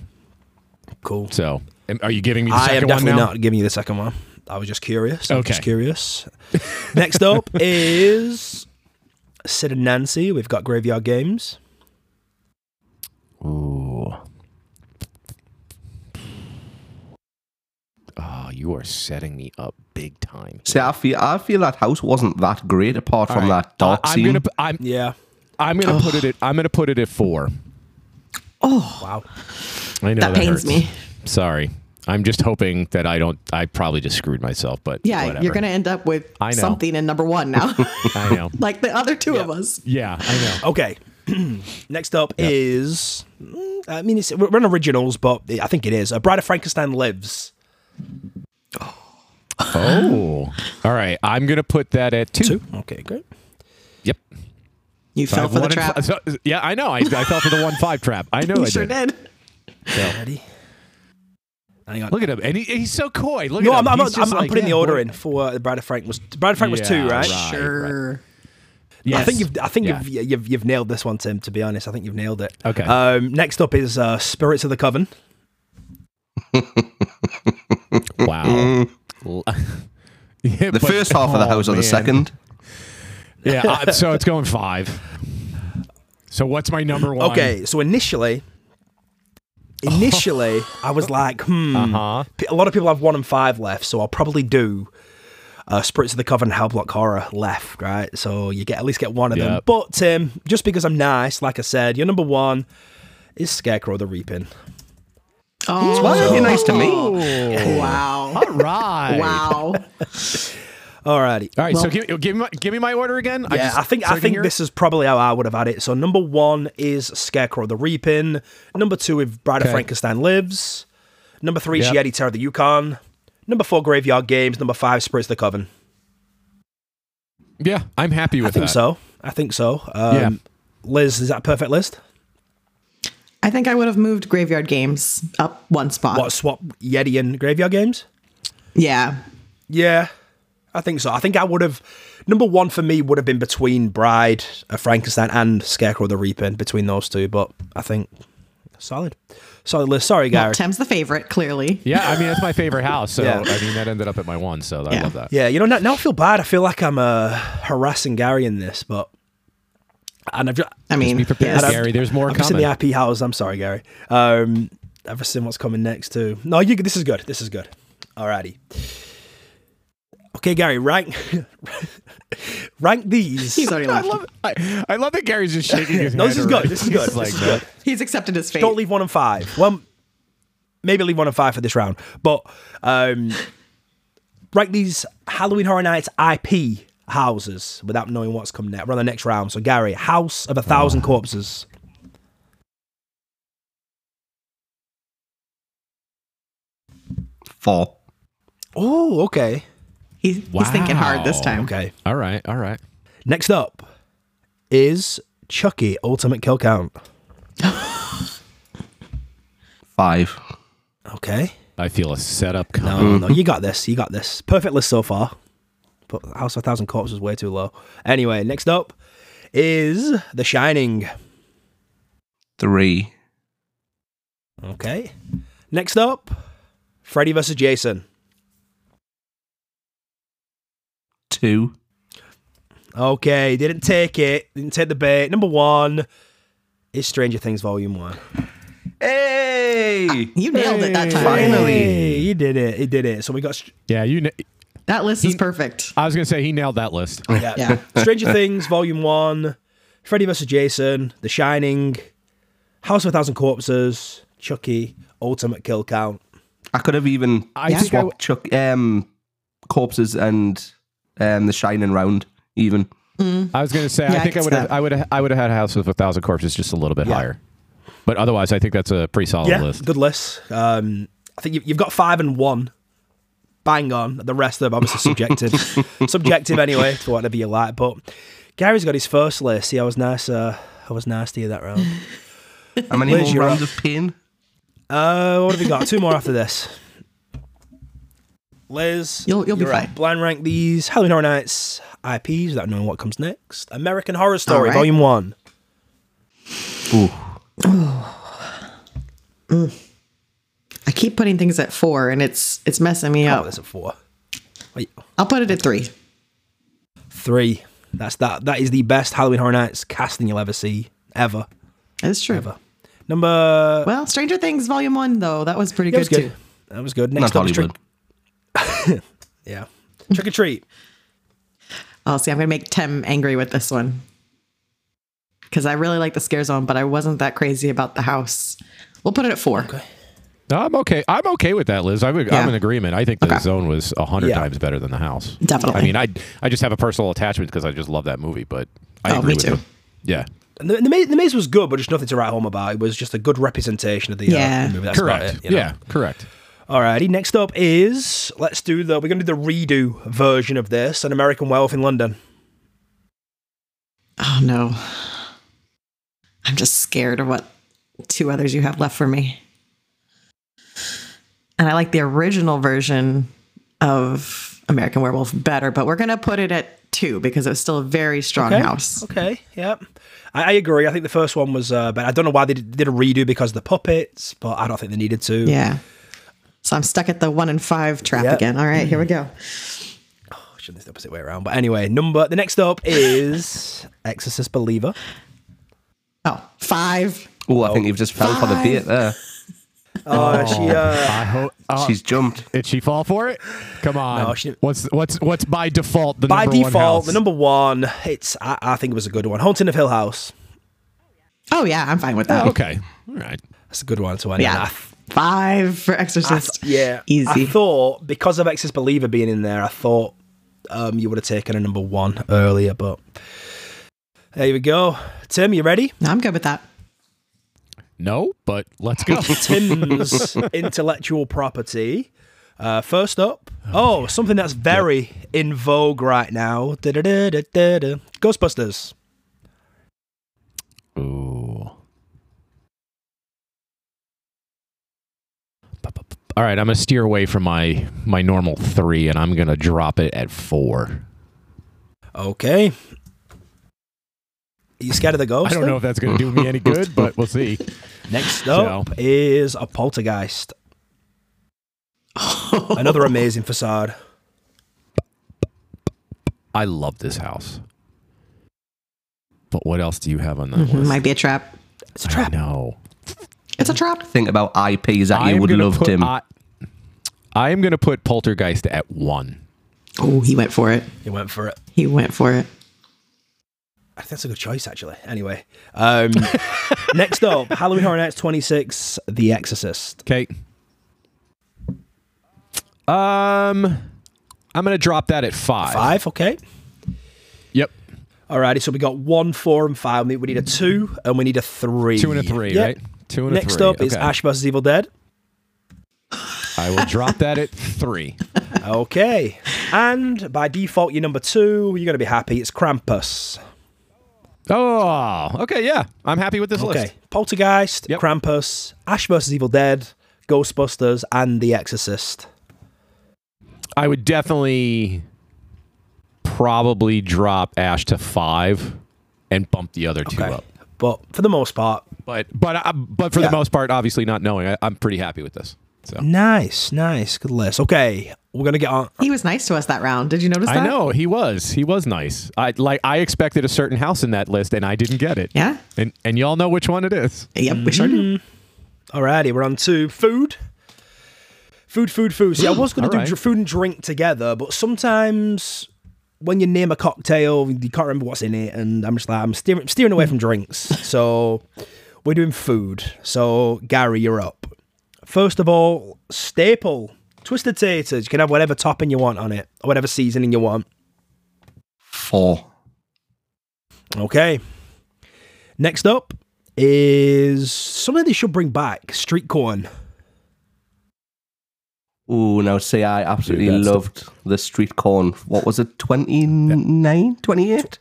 Cool. So, am- are you giving me the I am second one definitely now? not giving you the second one. I was just curious. I'm just Okay. curious. Next up is Sid and Nancy. We've got Graveyard Games. Ooh. Oh, you are setting me up big time. See, I feel I feel that house wasn't that great apart from All right. that dark I- Uh, I'm scene. gonna, p- I'm, Yeah. I'm gonna put it at, I'm gonna put it at four. Wow. I know That that, pains hurts. me. Sorry. I'm just hoping that I don't. I probably just screwed myself, but Yeah, whatever. you're gonna end up with I know. something in number one now, I know. like the other two of us. yeah, I know. Okay. Next up is mm, I mean it's we're on originals, but I think it is. A Bride of Frankenstein lives. Oh, all right. I'm gonna put that at two. Two. Okay, great. Yep. You fell I've for the won in trap. fi- so- yeah, I know. I, I fell for the one five trap. I know. you I sure did. did. Ready? Hang on. Look at him, and he, he's so coy. Look no, at I'm, him. I'm, He's not- I'm, just I'm like, putting yeah, the order what- in for uh, Brad of Frank was Brad of Frank was two, Yeah, right? right. sure. I Yes. think you've I think Yeah. you've, you've you've nailed this one, Tim. To be honest, I think you've nailed it. Okay. Um, next up is uh, Spirits of the Coven. Wow. L- Yeah, The but- first half of the oh, house or the man. second? Yeah, uh, so it's going five. So what's my number one? Okay, so initially, initially, I was like, hmm. Oh. Uh-huh. p- A lot of people have one and five left, so I'll probably do uh, Spirits of the Coven and Hellblock Horror left, right? So you get at least get one of them. Yep. But Tim, just because I'm nice, like I said, your number one is Scarecrow the Reaping. Oh, Why are you nice to me? wow. All right. Wow. Alrighty. All right, so give, give, me, my- give me my order again. Yeah, just- I think so I can think hear this is probably how I would have had it. So number one is Scarecrow the Reaping. Number two, if Bride of Okay. Frankenstein lives. Number three, Yep. Yeti Terror of the Yukon. Number four, Graveyard Games. Number five, Spirits of the Coven. it. Yeah, I'm happy with I think that. so. I think so. Um, Yeah. Liz, is that a perfect list? I think I would have moved Graveyard Games up one spot. What swap Yeti and Graveyard Games? Yeah. Yeah, I think so. I think I would have number one for me would have been between Bride of Frankenstein and Scarecrow the Reaping between those two, but I think solid, solid list. Sorry, Well, Gary. Tem's the favorite, clearly. Yeah, I mean that's my favorite house. So Yeah. I mean that ended up at my one. So I Yeah. love that. Yeah, you know, now, now I feel bad. I feel like I'm uh, harassing Gary in this, but and I've just, I mean, Be prepared, yes. I've- Gary. There's more I've seen coming. the IP house. I'm sorry, Gary. Um, I've seen what's coming next too. No, you. This is good. This is good. Alrighty. Okay, Gary. Rank rank these. he's already I left. love, I, I love that Gary's just shaking his no, head this is already. good. This is good. He's like, this is no. good. He's accepted his fate. Don't leave one and five. Well, maybe leave one and five for this round, but um, rank these Halloween Horror Nights IP houses without knowing what's coming next. We're on the next round. So, Gary, House of a Thousand Corpses. Four. Oh, okay, He- he's, thinking hard this Wow. time. okay. All right, all right. Next up is Chucky Ultimate Kill Count. Five. Okay. I feel a setup coming. No, no, you got this. You got this. Perfect list so far. But House of a Thousand Corpses is way too low. Anyway, next up is The Shining. Three. Okay. Next up, Freddy versus Jason. Two. Okay, didn't take it. Didn't take the bait. Number one is Stranger Things Volume One. Hey! You nailed it that time. Finally. Hey, he did it. He did it. So we got Str- Yeah, you. kn- That list is perfect. I was gonna say he nailed that list. yeah. Yeah. Stranger Things Volume One, Freddy versus Jason, The Shining, House of a Thousand Corpses, Chucky, Ultimate Kill Count. I could have even I think I w- swapped Chuck um, corpses and um, the shining round. Even I was gonna say Yeah, I I think I can would have stop. I would have I would have had a house with a thousand corpses just a little bit higher. But otherwise, I think that's a pretty solid yeah, list. good list. Um, I think you, you've got five and one. Bang on. The rest of them obviously subjective, subjective anyway to whatever you like. But Gary's got his first list. See, I was nice. Uh, I was nice to you that round. how many Liz, more you're rounds up. of pain? Uh, what have we got? Two more after this. Liz, You'll- you'll be you're up. fine. Blind rank these Halloween Horror Nights IPs without knowing what comes next. American Horror Story, right. Volume One. Ooh, I keep putting things at four, and it's it's messing me Oh, up. that's a four. Wait, I'll put it at three. three. That's that. That is the best Halloween Horror Nights casting you'll ever see ever. It's true. Number Well, Stranger Things Volume One though that was pretty that good, was good. too. That was good. not Next up, is Hollywood. trick. Yeah, trick or treat. Oh, see, I'm gonna make Tim angry with this one because I really like the scare zone, but I wasn't that crazy about the house. We'll put it at four. I'm okay. I'm okay with that, Liz. I would, Yeah. I'm in agreement. I think the zone was a hundred Yeah. times better than the house. Definitely. I mean, I I just have a personal attachment because I just love that movie. But I Oh, agree me with too. you. Yeah, And the, the, maze, the maze was good, but just nothing to write home about. It was just a good representation of the, uh, Yeah. the movie. That's about correct. it, you know? Yeah, correct. Alrighty, next up is let's do the we're gonna do the redo version of this, an American Werewolf in London. Oh no, I'm just scared of what two others you have left for me. And I like the original version of American Werewolf better, but we're going to put it at two because it was still a very strong Okay. house. Okay, yep. I, I agree. I think the first one was, uh, but I don't know why they did, did a redo because of the puppets, but I don't think they needed to. Yeah. So I'm stuck at the one and five trap Yep. again. All right, here we go. Oh, shouldn't it's the opposite way around. But anyway, number the next up is Exorcist Believer. Oh, five. Oh, I think you've just fell for the Five. bait there. Oh, she. Uh, I hope. She's jumped. Did she fall for it? Come on. No, she- what's what's what's by default the by number one default, house? the number one. It's. I, I think it was a good one. Haunting of Hill House. Oh, yeah, I'm fine with that. Okay. All right. That's a good one. So anyway, Yeah. I Five for I Exorcist. th- yeah, I Easy. thought because of Exorcist Believer being in there, I thought um, you would have taken a number one earlier, but there we go. Tim, you ready? no, I'm good with that. No, but let's go. Tim's intellectual property. Uh, first up, oh, something that's very in vogue right now. Da-da-da-da-da-da. Ghostbusters. Ooh. All right, I'm gonna steer away from my my normal three, and I'm gonna drop it at four. Okay. Are you scared of the ghost? I don't then? know if that's gonna do me any good, but we'll see. Next up So- is a poltergeist. Another amazing facade. I love this house. But what else do you have on that Mhm, list? Might be a trap. It's a trap. I know. It's a trap. Think about IPs that I you am would gonna love, put- Tim. I, I am gonna put Poltergeist at one. Oh, he went for it. He went for it. He went for it. I think that's a good choice, actually. Anyway, um, next up, Halloween Horror Nights 26, The Exorcist. Okay. Um, I'm gonna drop that at five. Five, okay. Yep. Alrighty, so we got one, four, and five. We we need a two, and we need a three. Two and a three, Yep. right? Two and a Next three. up is Okay. Ash vs. Evil Dead. I will drop that at three. Okay. And by default, you're number two. You're going to be happy. It's Krampus. Oh, okay, yeah. I'm happy with this Okay. list. Poltergeist, Yep. Krampus, Ash vs. Evil Dead, Ghostbusters, and The Exorcist. I would definitely probably drop Ash to five and bump the other two Okay. up. But for the most part, But but I, but for Yeah. the most part, obviously not knowing, I, I'm pretty happy with this. So nice, nice. Good list. Okay. We're going to get on. He was nice to us that round. Did you notice that? I know he was he was nice. I like I expected a certain house in that list, and I didn't get it. Yeah. and and y'all know which one it is. Yep, we sure do. Alrighty, we're on to food. Food, food, food. See, I was going to do alright. dr- food and drink together, but sometimes when you name a cocktail, you can't remember what's in it, and I'm just like, I'm steering, steering away from drinks. So we're doing food. So, Gary, you're up. First of all, staple, twisted taters. You can have whatever topping you want on it, or whatever seasoning you want. Four. Okay. Next up is something they should bring back street corn. Ooh, now see, I absolutely Dude, that's the- loved the street corn. What was it, 29, 28?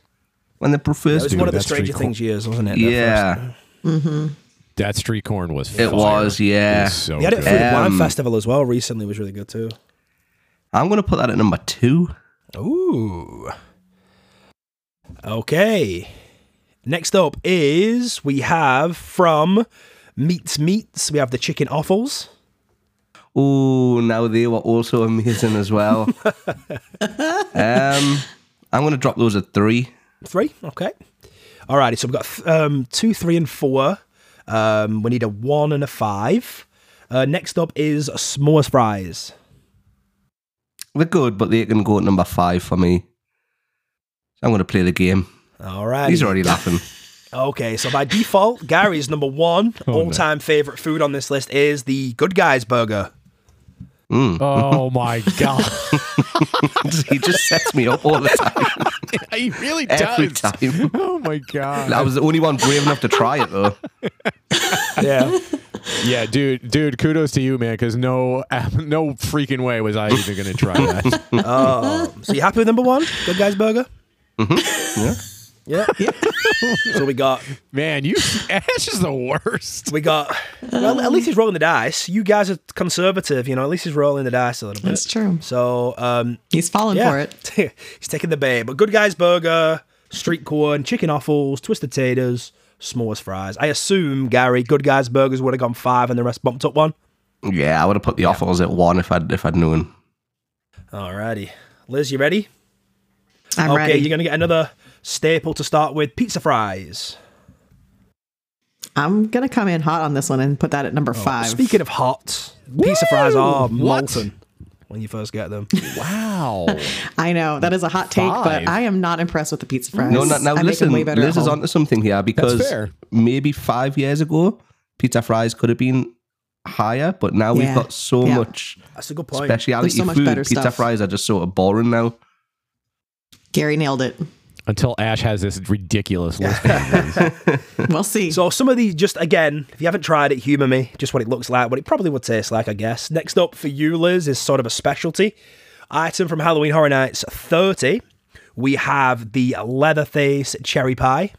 When the It was first. one of the that's pretty Stranger cool. Oh, Things years, wasn't it? The first- Yeah, Mm-hmm. That street corn was. it fire. was, It yeah. was so They had it good. for the Wine Um, Festival as well recently, was really good too. I'm going to put that at number two. Ooh. Okay. Next up is we have from Meats Meats, we have the chicken offals. Ooh, now they were also amazing as well. um, I'm going to drop those at three. Three. Okay. Alrighty, so we've got th- um, two, three, and four. Um, we need a one and a five. Uh, next up is s'mores fries. They're good, but they can go at number five for me. So I'm going to play the game. All right. He's already laughing. Okay, so by default, Gary's number one all time favorite food on this list is the Good Guys burger. Oh my god, Hmm. he just sets me up all the time. he really does. Every time. Oh my god. I was the only one brave enough to try it, though. Yeah. Yeah, dude, dude, kudos to you, man, because no, no freaking way was I even gonna try that. so you happy with number one? Good Guys burger? Yeah. Yeah. so we got Man, you Ash is the worst. we got. Well, at least he's rolling the dice. You guys are conservative, you know. At least he's rolling the dice a little bit. That's true. So um, He's falling yeah, for it. he's taking the bait. But good guys burger, street corn, chicken offals, twisted taters, s'mores fries. I assume Gary, good guys burgers would have gone five, and the rest bumped up one. Yeah, I would have put the offals at one if I'd if I'd known. Alrighty, Liz, you ready? I'm okay, ready. you're gonna get another staple to start with: pizza fries. I'm gonna come in hot on this one and put that at number five. Speaking of hot, pizza fries are molten when you first get them. Wow. I know that is a hot take, Five. but I am not impressed with the pizza fries. No, no, now I make listen, them way better Liz at is home. onto something here because fair. maybe five years ago, pizza fries could have been higher, but now Yeah. we've got so Yeah. much That's a good point. speciality There's so much food. better Pizza stuff. fries are just sort of boring now. Gary nailed it. Until Ash has this ridiculous list. of movies. We'll see. So some of these, just again, if you haven't tried it, humor me. Just what it looks like, what it probably would taste like, I guess. Next up for you, Liz, is sort of a specialty item from Halloween Horror Nights 30. We have the Leatherface cherry pie.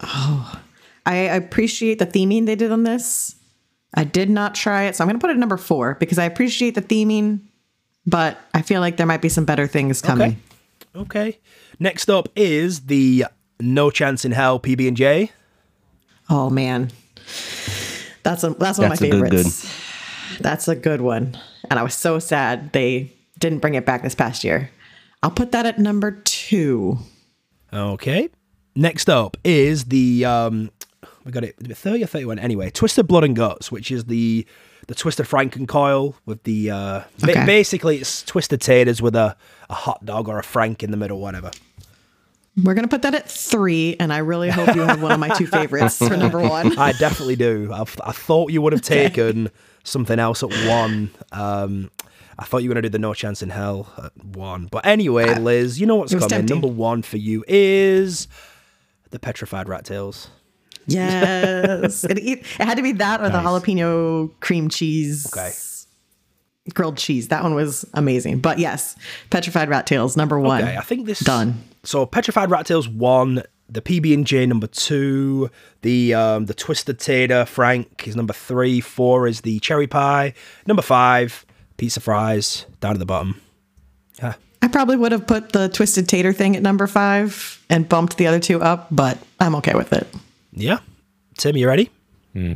I appreciate the theming they did on this. I did not try it, so I'm gonna put it at number four because I appreciate the theming, but I feel like there might be some better things coming. Okay. Okay. Next up is the No Chance in Hell PB and J. Oh man, that's a, that's one That's of my a good, good. favorites. That's a good one, and I was so sad they didn't bring it back this past year. I'll put that at number two. Okay. Next up is the um we got it was it 30 or 31 anyway, Twisted Blood and Guts, which is the the twisted franken coil with the uh ba- Okay. basically it's twisted taters with a, a hot dog or a frank in the middle, whatever. We're gonna put that at three, and I really hope you have one of my two favorites for number one. I definitely do. I've, I thought you would have taken something else at one. Um I thought you were going to do the No Chance in Hell at one. But anyway, Liz, you know what's it was coming. tempting. Number one for you is the Petrified Rat Tails. Yes, it, it had to be that or the jalapeno cream cheese. Okay. grilled cheese. That one was amazing. But yes, petrified rat tails number one. Okay, I think this done. So petrified rat tails one, the PB and J number two, the um the twisted tater Frank is number three, four is the cherry pie, number five pizza fries down at the bottom. I probably would have put the twisted tater thing at number five and bumped the other two up, but I'm okay with it. Yeah, Tim, you ready? sure.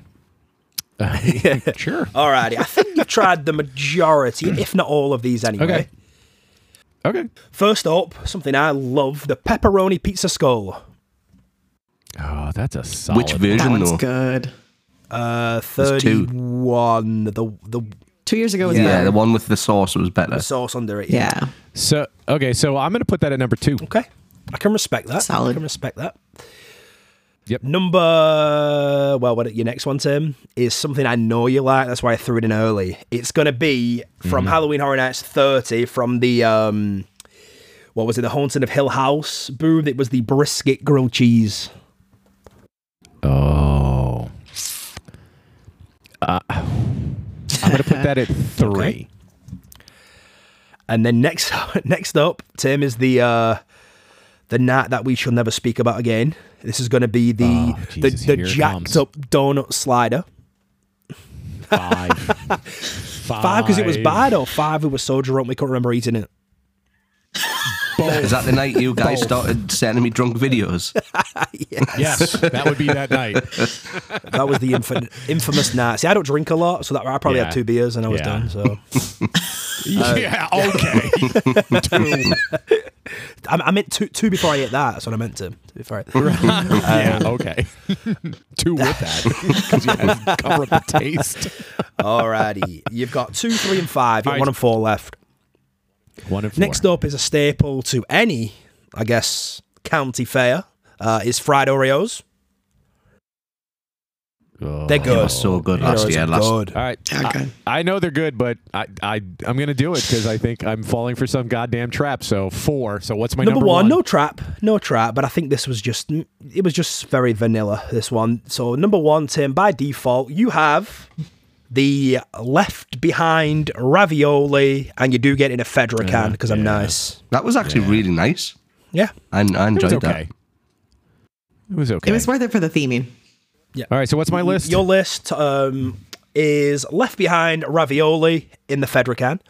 Alrighty, I think you've tried the majority, if not all of these anyway. Okay. Okay. First up, something I love: the pepperoni pizza skull. Oh, that's a solid. Which That version one's though? good. Uh, There's two. thirty-one. The the Two years ago was Yeah, better. the one with the sauce was better. sauce under it. yeah. So okay, so I'm gonna put that at number two. Okay. I can respect that. I Solid. can respect that. Yep. Number well, what your next one, Tim, is something I know you like. That's why I threw it in early. It's gonna be Mm-hmm. from Halloween Horror Nights 30 from the um what was it, the Haunting of Hill House booth? It was the brisket grilled cheese. Oh. Uh, I'm gonna put that at three. Okay. And then next next up, Tim, is the uh the night that we shall never speak about again. This is gonna be the Oh, the, Jesus, the here it jacked comes. up donut slider. Five. Five because it was bad, or five it was so drunk we couldn't remember eating it. Is that the night you guys started sending me drunk videos? Yes, that would be that night. That was the infin- infamous night. See, I don't drink a lot, so that I probably Yeah. had two beers and I was Yeah. done. So yeah. Okay. Two. I, I meant two, two before I ate that. That's what I meant to. to before I, yeah. Um, Okay. two with that because you had to cover up the taste. Alrighty, you've got two, three, and five. You've got Alright. one and four left. One and four. Next up is a staple to any, I guess, county fair. Uh, is fried Oreos. They're Oh. good. were so good last Oreos year, are last- good. All right. They're I- good. I, know they're good, but I, I I'm gonna do it because I think I'm falling for some goddamn trap. So four. So what's my number, number, one, no trap, no trap. But I think this was just it was just very vanilla. This one. So number one, Tim, by default, you have the left behind ravioli, and you do get it in a Fedra can because I'm nice. That was actually really nice. Yeah, I, I It was enjoyed okay. that. It was okay. It was worth it for the theming. All right, so what's my list? Your list um, is Left Behind Ravioli in the Fedrican.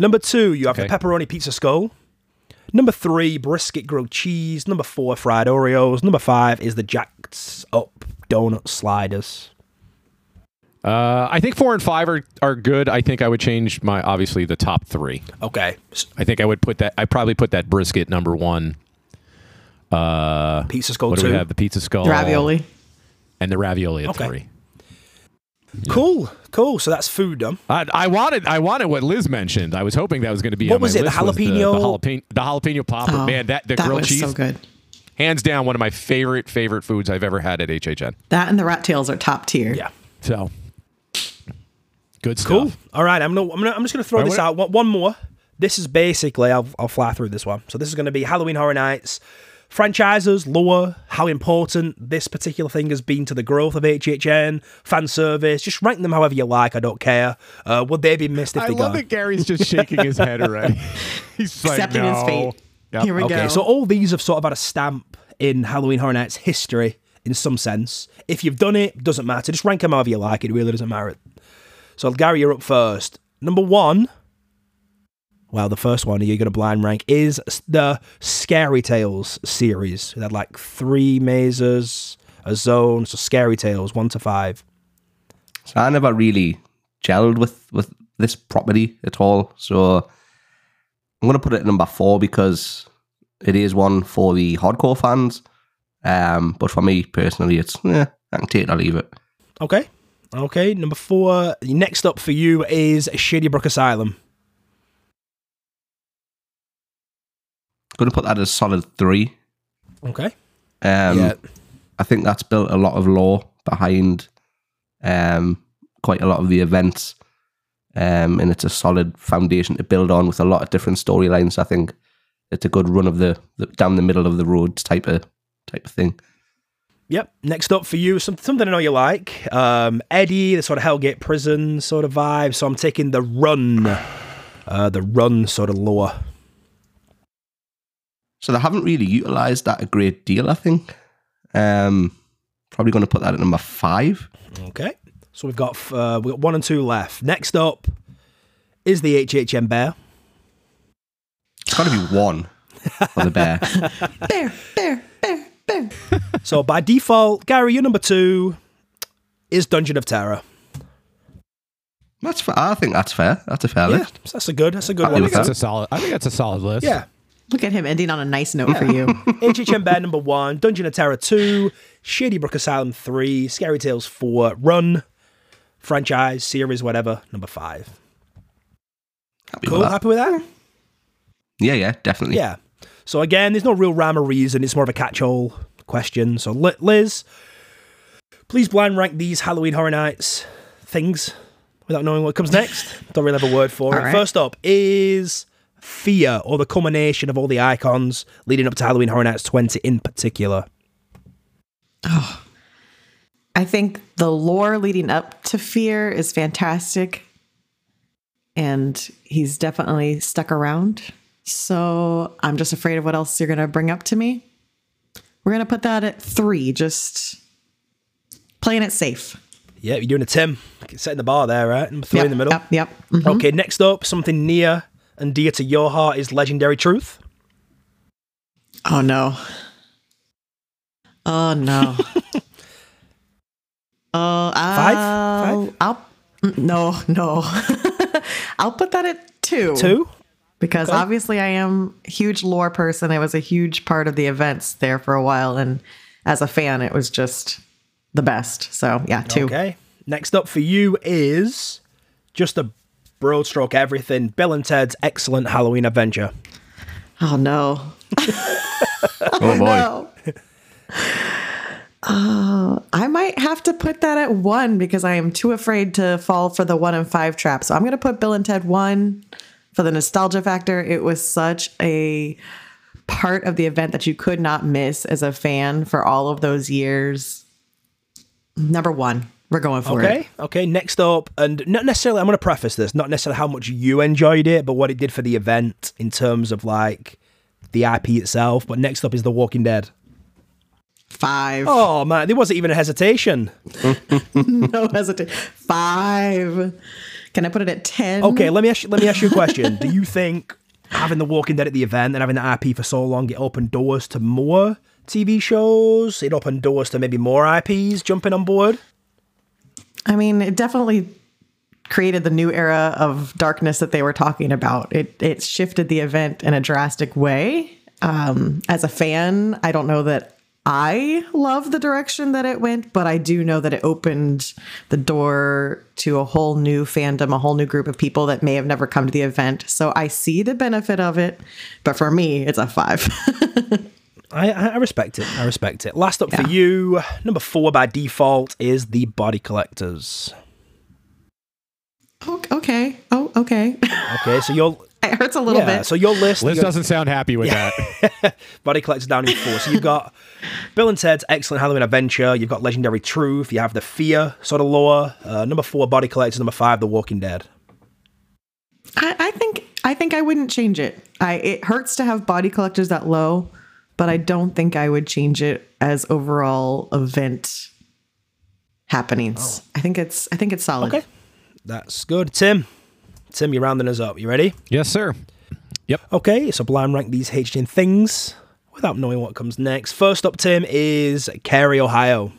Number two, you have Okay. the Pepperoni Pizza Skull. Number three, brisket grilled cheese. Number four, fried Oreos. Number five is the Jack's Up Donut Sliders. Uh, I think four and five are, are good. I think I would change my obviously the top three. Okay. s- I think I would put that. I probably put that brisket number one. Uh, Pizza Skull what do two. we have? The pizza skull, Oh. The ravioli. and the ravioli at Okay. three. Cool, cool. So that's food um, done. I, I wanted, I wanted what Liz mentioned. I was hoping that was going to be What on my was it, the list, the, the, jalapeno- jalapeno, the jalapeno popper. Man, that the grilled Oh, was cheese, so good. hands down, one of my favorite favorite foods I've ever had at HHN. That and the rat tails are top tier. Yeah. So good stuff. Cool. All right. I'm gonna, I'm gonna, I'm just gonna throw Right, this what- out. One, one more. This is basically I'll, I'll fly through this one. So this is gonna be Halloween Horror Nights. Franchises, lore, how important this particular thing has been to the growth of HHN, fan service. Just rank them however you like. I don't care. Uh, would they be missed if I they love go? that Gary's just shaking his head already. He's like, Accepting his "No." fate. Here we Okay, go. so all these have sort of had a stamp in Halloween Horror Nights history in some sense. If you've done it, doesn't matter. Just rank them however you like. It really doesn't matter. So Gary, you're up first. Number one. Well, the first one you're going to blind rank is s- the Scary Tales series. They had like three mazes, a zone. So Scary Tales, one to five. So I never really gelled with with this property at all. So I'm gonna put it at number four because it is one for the hardcore fans. Um, but for me personally, it's eh, I can take it or leave it. Okay. Okay. Number four. Next up for you is Shadybrook Asylum. Gonna put that as solid three. Okay. Um, I think that's built a lot of lore behind um, quite a lot of the events. Um, and it's a solid foundation to build on with a lot of different storylines. I think it's a good run of the, the down the middle of the road type of type of thing. Yep. Next up for you, some, something I know you like. Um, Eddie, the sort of Hellgate prison sort of vibe. So I'm taking the run, uh, the run sort of lore. So they haven't really utilized that a great deal. I think um, probably going to put that at number five. Okay. So we've got uh, we got one and two left. Next up is the HHM bear. It's got to be one for the bear. Bear, bear, bear, bear. So by default, Gary, your number two is Dungeon of Terror. That's fa- I think that's fair. That's a fair Yeah, list. so that's a good. That's a good I I one. think that's a solid. I think that's a solid list. Yeah. Look at him ending on a nice note for you. HHM Bear number one, Dungeon of Terror two, Shady Brook Asylum three, Scary Tales four, Run, franchise, series, whatever, number five. Happy with Cool, that. happy with that? Yeah, yeah, definitely. Yeah. So again, there's no real rhyme or reason. It's more of a catch-all question. So Li- Liz, please blind rank these Halloween Horror Nights things without knowing what comes next. Don't really have a word for it. All right. First up is fear or the culmination of all the icons leading up to Halloween Horror Nights 20 in particular. I think the lore leading up to Fear is fantastic. And he's definitely stuck around. So I'm just afraid of what else you're going to bring up to me. We're going to put that at three, just playing it safe. Yeah, you're doing a Tim. Setting the bar there, right? Number three yep, in the middle. Yep. yep. Mhm. Okay, next up, something near and dear to your heart is Legendary Truth. Oh, no. Oh, no. Oh, I'll, Five? I'll, mm, no, no. I'll put that at two. Two? because Okay. obviously I am a huge lore person. I was a huge part of the events there for a while, and as a fan, it was just the best. So yeah, two. Okay. Next up for you is just a broad stroke everything. Bill and Ted's excellent Halloween adventure. Oh no, Oh boy. no. Oh, I might have to put that at one because I am too afraid to fall for the one and five trap. So I'm going to put Bill and Ted one for the nostalgia factor. It was such a part of the event that you could not miss as a fan for all of those years. Number one, we're going for it. Okay. Okay. Next up, and not necessarily, I'm going to preface this, not necessarily how much you enjoyed it, but what it did for the event in terms of like the IP itself. But next up is The Walking Dead. Five. Oh man, there wasn't even a hesitation. No hesitation. Five. Can I put it at ten? Okay, let me ask, let me ask you a question. Do you think having The Walking Dead at the event and having the IP for so long it opened doors to more TV shows? It opened doors to maybe more IPs jumping on board. I mean, it definitely created the new era of darkness that they were talking about. It it shifted the event in a drastic way. Um, as a fan, I don't know that I love the direction that it went, but I do know that it opened the door to a whole new fandom, a whole new group of people that may have never come to the event. So I see the benefit of it, but for me, it's a five. I, I I respect it. I respect it. Last up for you, number four by default is the Body Collectors. Oh, okay. Oh, okay. Okay, so your it hurts a little yeah, bit. so your list Liz your- doesn't sound happy with that. Body Collectors down in four. So you've got Bill and Ted's Excellent Halloween Adventure. You've got Legendary Truth. You have the Fear sort of lore. Uh, number four, Body Collectors. Number five, The Walking Dead. I, I think I think I wouldn't change it. I it hurts to have body collectors that low, but I don't think I would change it as overall event happenings. I think it's I think it's solid. Oh. Okay. That's good. Tim, Tim, you're rounding us up. You ready? yes, sir. Okay, so blind rank these HDN things without knowing what comes next. First up, Tim, is Cary, Ohio.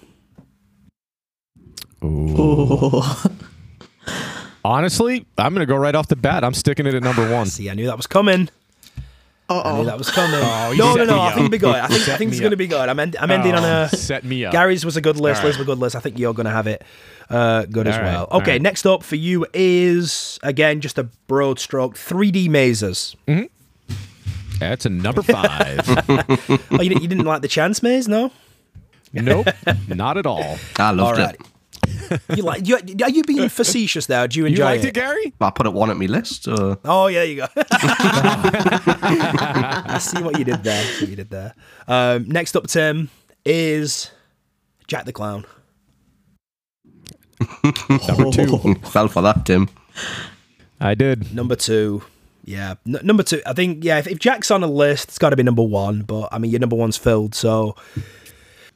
Honestly, I'm going to go right off the bat. I'm sticking it at number one. See, I knew that was coming. I knew Uh oh. that was coming. you no, set no, no. me I up. think it'll be good. I think, I think it's me going to up. be good. I'm, end, I'm ending on Oh, a. set me up. Gary's was a good list. All right. Liz was a good list. I think you're going to have it uh, good as All right, well. all Okay, right. next up for you is, again, just a broad stroke 3D mazes. That's a number five. oh, you, didn't, you didn't like the chance maze, no? nope, not at all. I loved All right. it. You like? You, are you being facetious there? Do you enjoy You liked it? it, Gary? I put it one at my list. So Oh yeah, you go. I see what you did there. I See what you did there. Um, next up, Tim is Jack the Clown. Number two. fell for that, Tim. I did. Number two. Yeah, N- number two. I think yeah. If, if Jack's on a list, it's got to be number one. But I mean, your number one's filled, so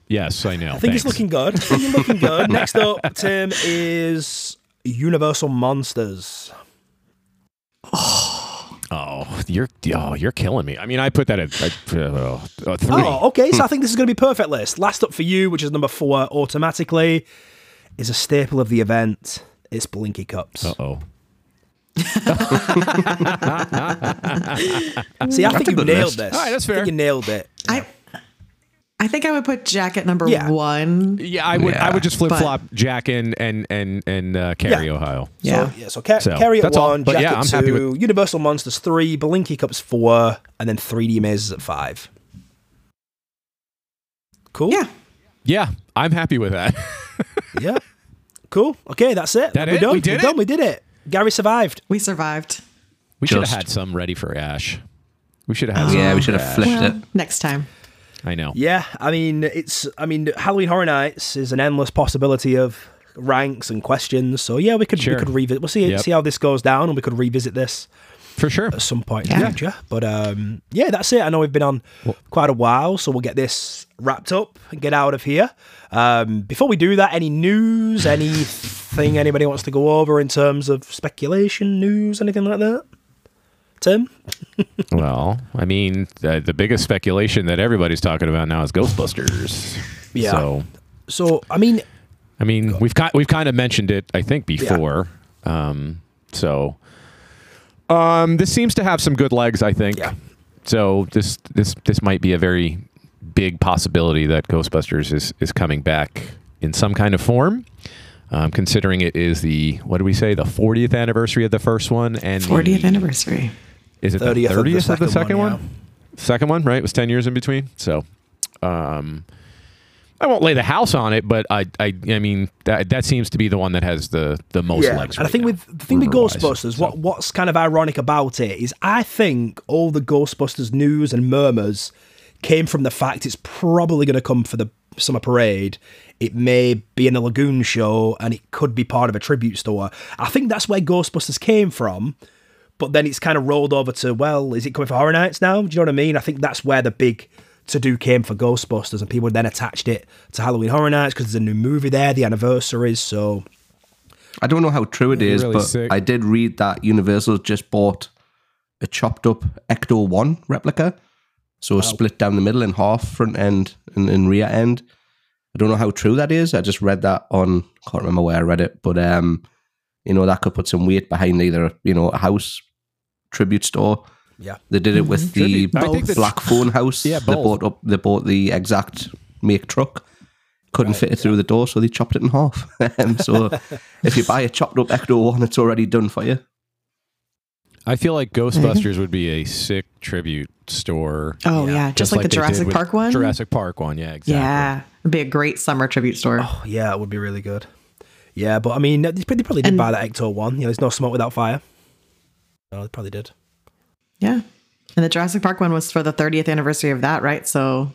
Yes, I know. I think Thanks. it's looking good. I think you're looking good. Next up, Tim is Universal Monsters. Oh, you're oh, you're killing me. I mean, I put that at, at uh, uh, three. Oh, okay. So I think this is going to be perfect list. Last up for you, which is number four, automatically is a staple of the event. It's Blinky Cups. oh See, I think a you good nailed list. this. All right, that's I think fair. you nailed it. I I think I would put Jack at number Yeah. one. Yeah, I would. I would just flip But- flop Jack and and and and uh, Cary, Yeah. Ohio. Yeah. So, yeah, so, Ca- So, Carry at that's all. one, But Jack yeah, at I'm happy two, Universal Monsters three, Blinky Cups four, and then 3D Mazes at five. Cool. yeah. Yeah, I'm happy with that. Yeah. Cool. Okay, that's it. That We're it? done. We did We're it? done. We did it. Gary survived. We survived. we should have Just- Oh, had some ready for Ash. We should have had. some yeah, we ready should for have Ash. flipped it. Well, next time. I know. Yeah, I mean it's I mean Halloween Horror Nights is an endless possibility of ranks and questions. So yeah, we could Sure. we could revisit. We'll see Yep. see how this goes down, and we could revisit this for sure. at some point in the future. But um, yeah, that's it. I know we've been on quite a while, so we'll get this wrapped up and get out of here. Um, before we do that, any news, anything anybody wants to go over in terms of speculation, news, anything like that? Tim, Well, I mean, the, the biggest speculation that everybody's talking about now is Ghostbusters. Yeah. So, so I mean, I mean, we've ki- we've kind of mentioned it, I think, before. Um, so, um, this seems to have some good legs, I think. Yeah. So this this this might be a very big possibility that Ghostbusters is is coming back in some kind of form. Um, considering it is the what do we say the 40th anniversary of the first one and the- 40th anniversary. is it 30th the of 30th the of the second, second one, one? Second one, right? It was 10 years in between. So, um, I won't lay the house on it, but I, I, I mean, that, that seems to be the one that has the, the most legs. And I right think now, with the thing with rumor-wise. Ghostbusters, So- what what's kind of ironic about it is I think all the Ghostbusters news and murmurs came from the fact it's probably going to come for the summer parade. It may be in a lagoon show, and it could be part of a tribute store. I think that's where Ghostbusters came from. But then it's kind of rolled over to well, is it coming for Horror Nights now? Do you know what I mean? I think that's where the big to do came for Ghostbusters, and people then attached it to Halloween Horror Nights because there's a new movie there, the anniversaries. So I don't know how true it is, really but sick. I did read that Universal just bought a chopped up Ecto 1 replica. So it was split down the middle in half, front end and, and rear end. I don't know how true that is. I just read that on, can't remember where I read it, but, um, you know, that could put some weight behind either, you know, a house tribute store. Yeah. They did it with the Mm-hmm. I think Black that's- Phone House. Yeah, They both. bought up, they bought the exact make truck couldn't fit it through the door, so they chopped it in half. um, so if you buy a chopped up Ecto one, it's already done for you. I feel like Mhm. Ghostbusters would be a sick tribute store. Oh, yeah. Just, like, the they did Jurassic with Park one. Jurassic Park one, yeah, exactly. Yeah. It'd be a great summer tribute store. Oh, yeah, it would be really good. Yeah, but I mean, they pr- they probably did And- buy that Ecto one. You know, there's no smoke without fire. No, they probably did. Yeah. And the Jurassic Park one was for the 30th anniversary of that, right? So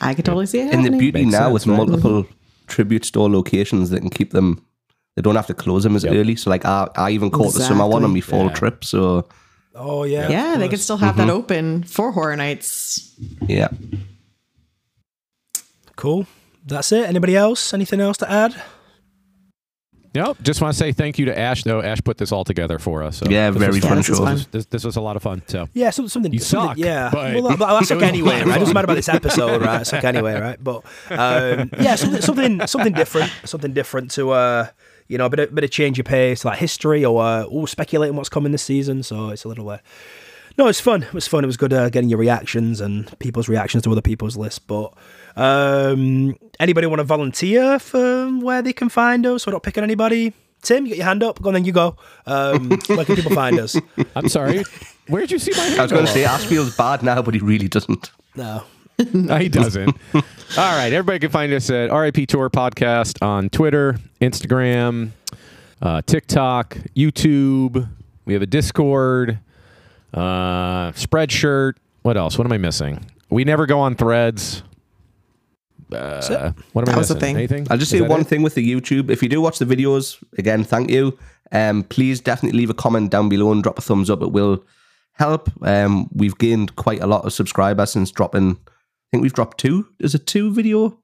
I could totally see it. And the happening. beauty now with multiple tribute store locations that can keep them, they don't have to close them as early. So like I, I even caught the summer one on my fall trip. So Oh yeah, yeah, of they course. could still have Mm-hmm. that open for horror nights. yeah, Cool. That's it. Anybody else? Anything else to add? Nope. Just want to say thank you to Ash though. Ash put this all together for us. So Yeah, this very was fun this is show. fun. This, this was a lot of fun. So Yeah, some- something. You something- suck, Yeah. but- well, that- but that's okay It was anyway, right? It doesn't fun. matter about this episode, right? It's okay anyway, right? But um, yeah, something, something, something different, something different to uh, you know, a bit of, bit of change of pace, like history or uh, ooh, speculating what's coming this season. So it's a little uh, no, it's fun. It was fun. It was good uh, getting your reactions and people's reactions to other people's lists. But um, anybody want to volunteer for where they can find us? We're not picking anybody. Tim, you got your hand up. Go on, then you go. Um, where can people find us? I'm sorry. Where'd you see my hand? I was going go to say up? Ash feels bad now, but he really doesn't. No. No, he doesn't. All right. Everybody can find us at RIP Tour Podcast on Twitter, Instagram, uh, TikTok, YouTube. We have a Discord, uh, Spreadshirt. What else? What am I missing? We never go on threads. Uh, what am I That was the missing? thing. Anything? I'll just Is say that one it? thing with the YouTube. If you do watch the videos, again, thank you. Um, please definitely leave a comment down below and drop a thumbs up. It will help. Um, we've gained quite a lot of subscribers since dropping. I think we've dropped two. Is it two video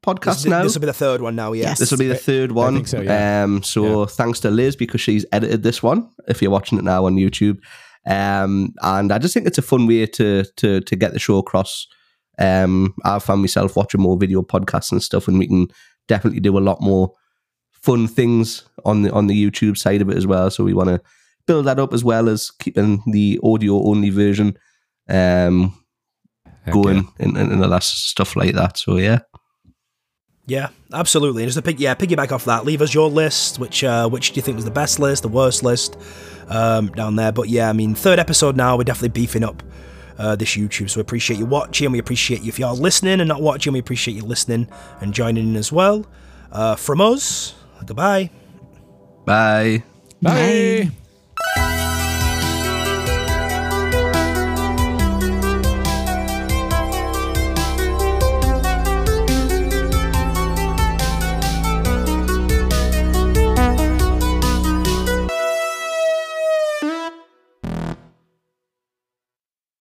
This, podcasts now? this will be the third one now. Yeah. Yes. This will be the third one. think so, yeah. Um, so thanks to Liz because she's edited this one. If you're watching it now on YouTube, um, and I just think it's a fun way to to to get the show across. Um, I've found myself watching more video podcasts and stuff, and we can definitely do a lot more fun things on the on the YouTube side of it as well. So we want to build that up as well as keeping the audio only version um, Heck yeah. going and, and, and all that stuff like that. So yeah. Yeah, absolutely. And just to pig- yeah, piggyback off that, leave us your list. Which uh, which do you think was the best list, the worst list, um, down there? But yeah, I mean, third episode now. We're definitely beefing up uh, this YouTube. So we appreciate you watching. We appreciate you if you are listening and not watching. We appreciate you listening and joining in as well. Uh, from us, goodbye. Bye. Bye.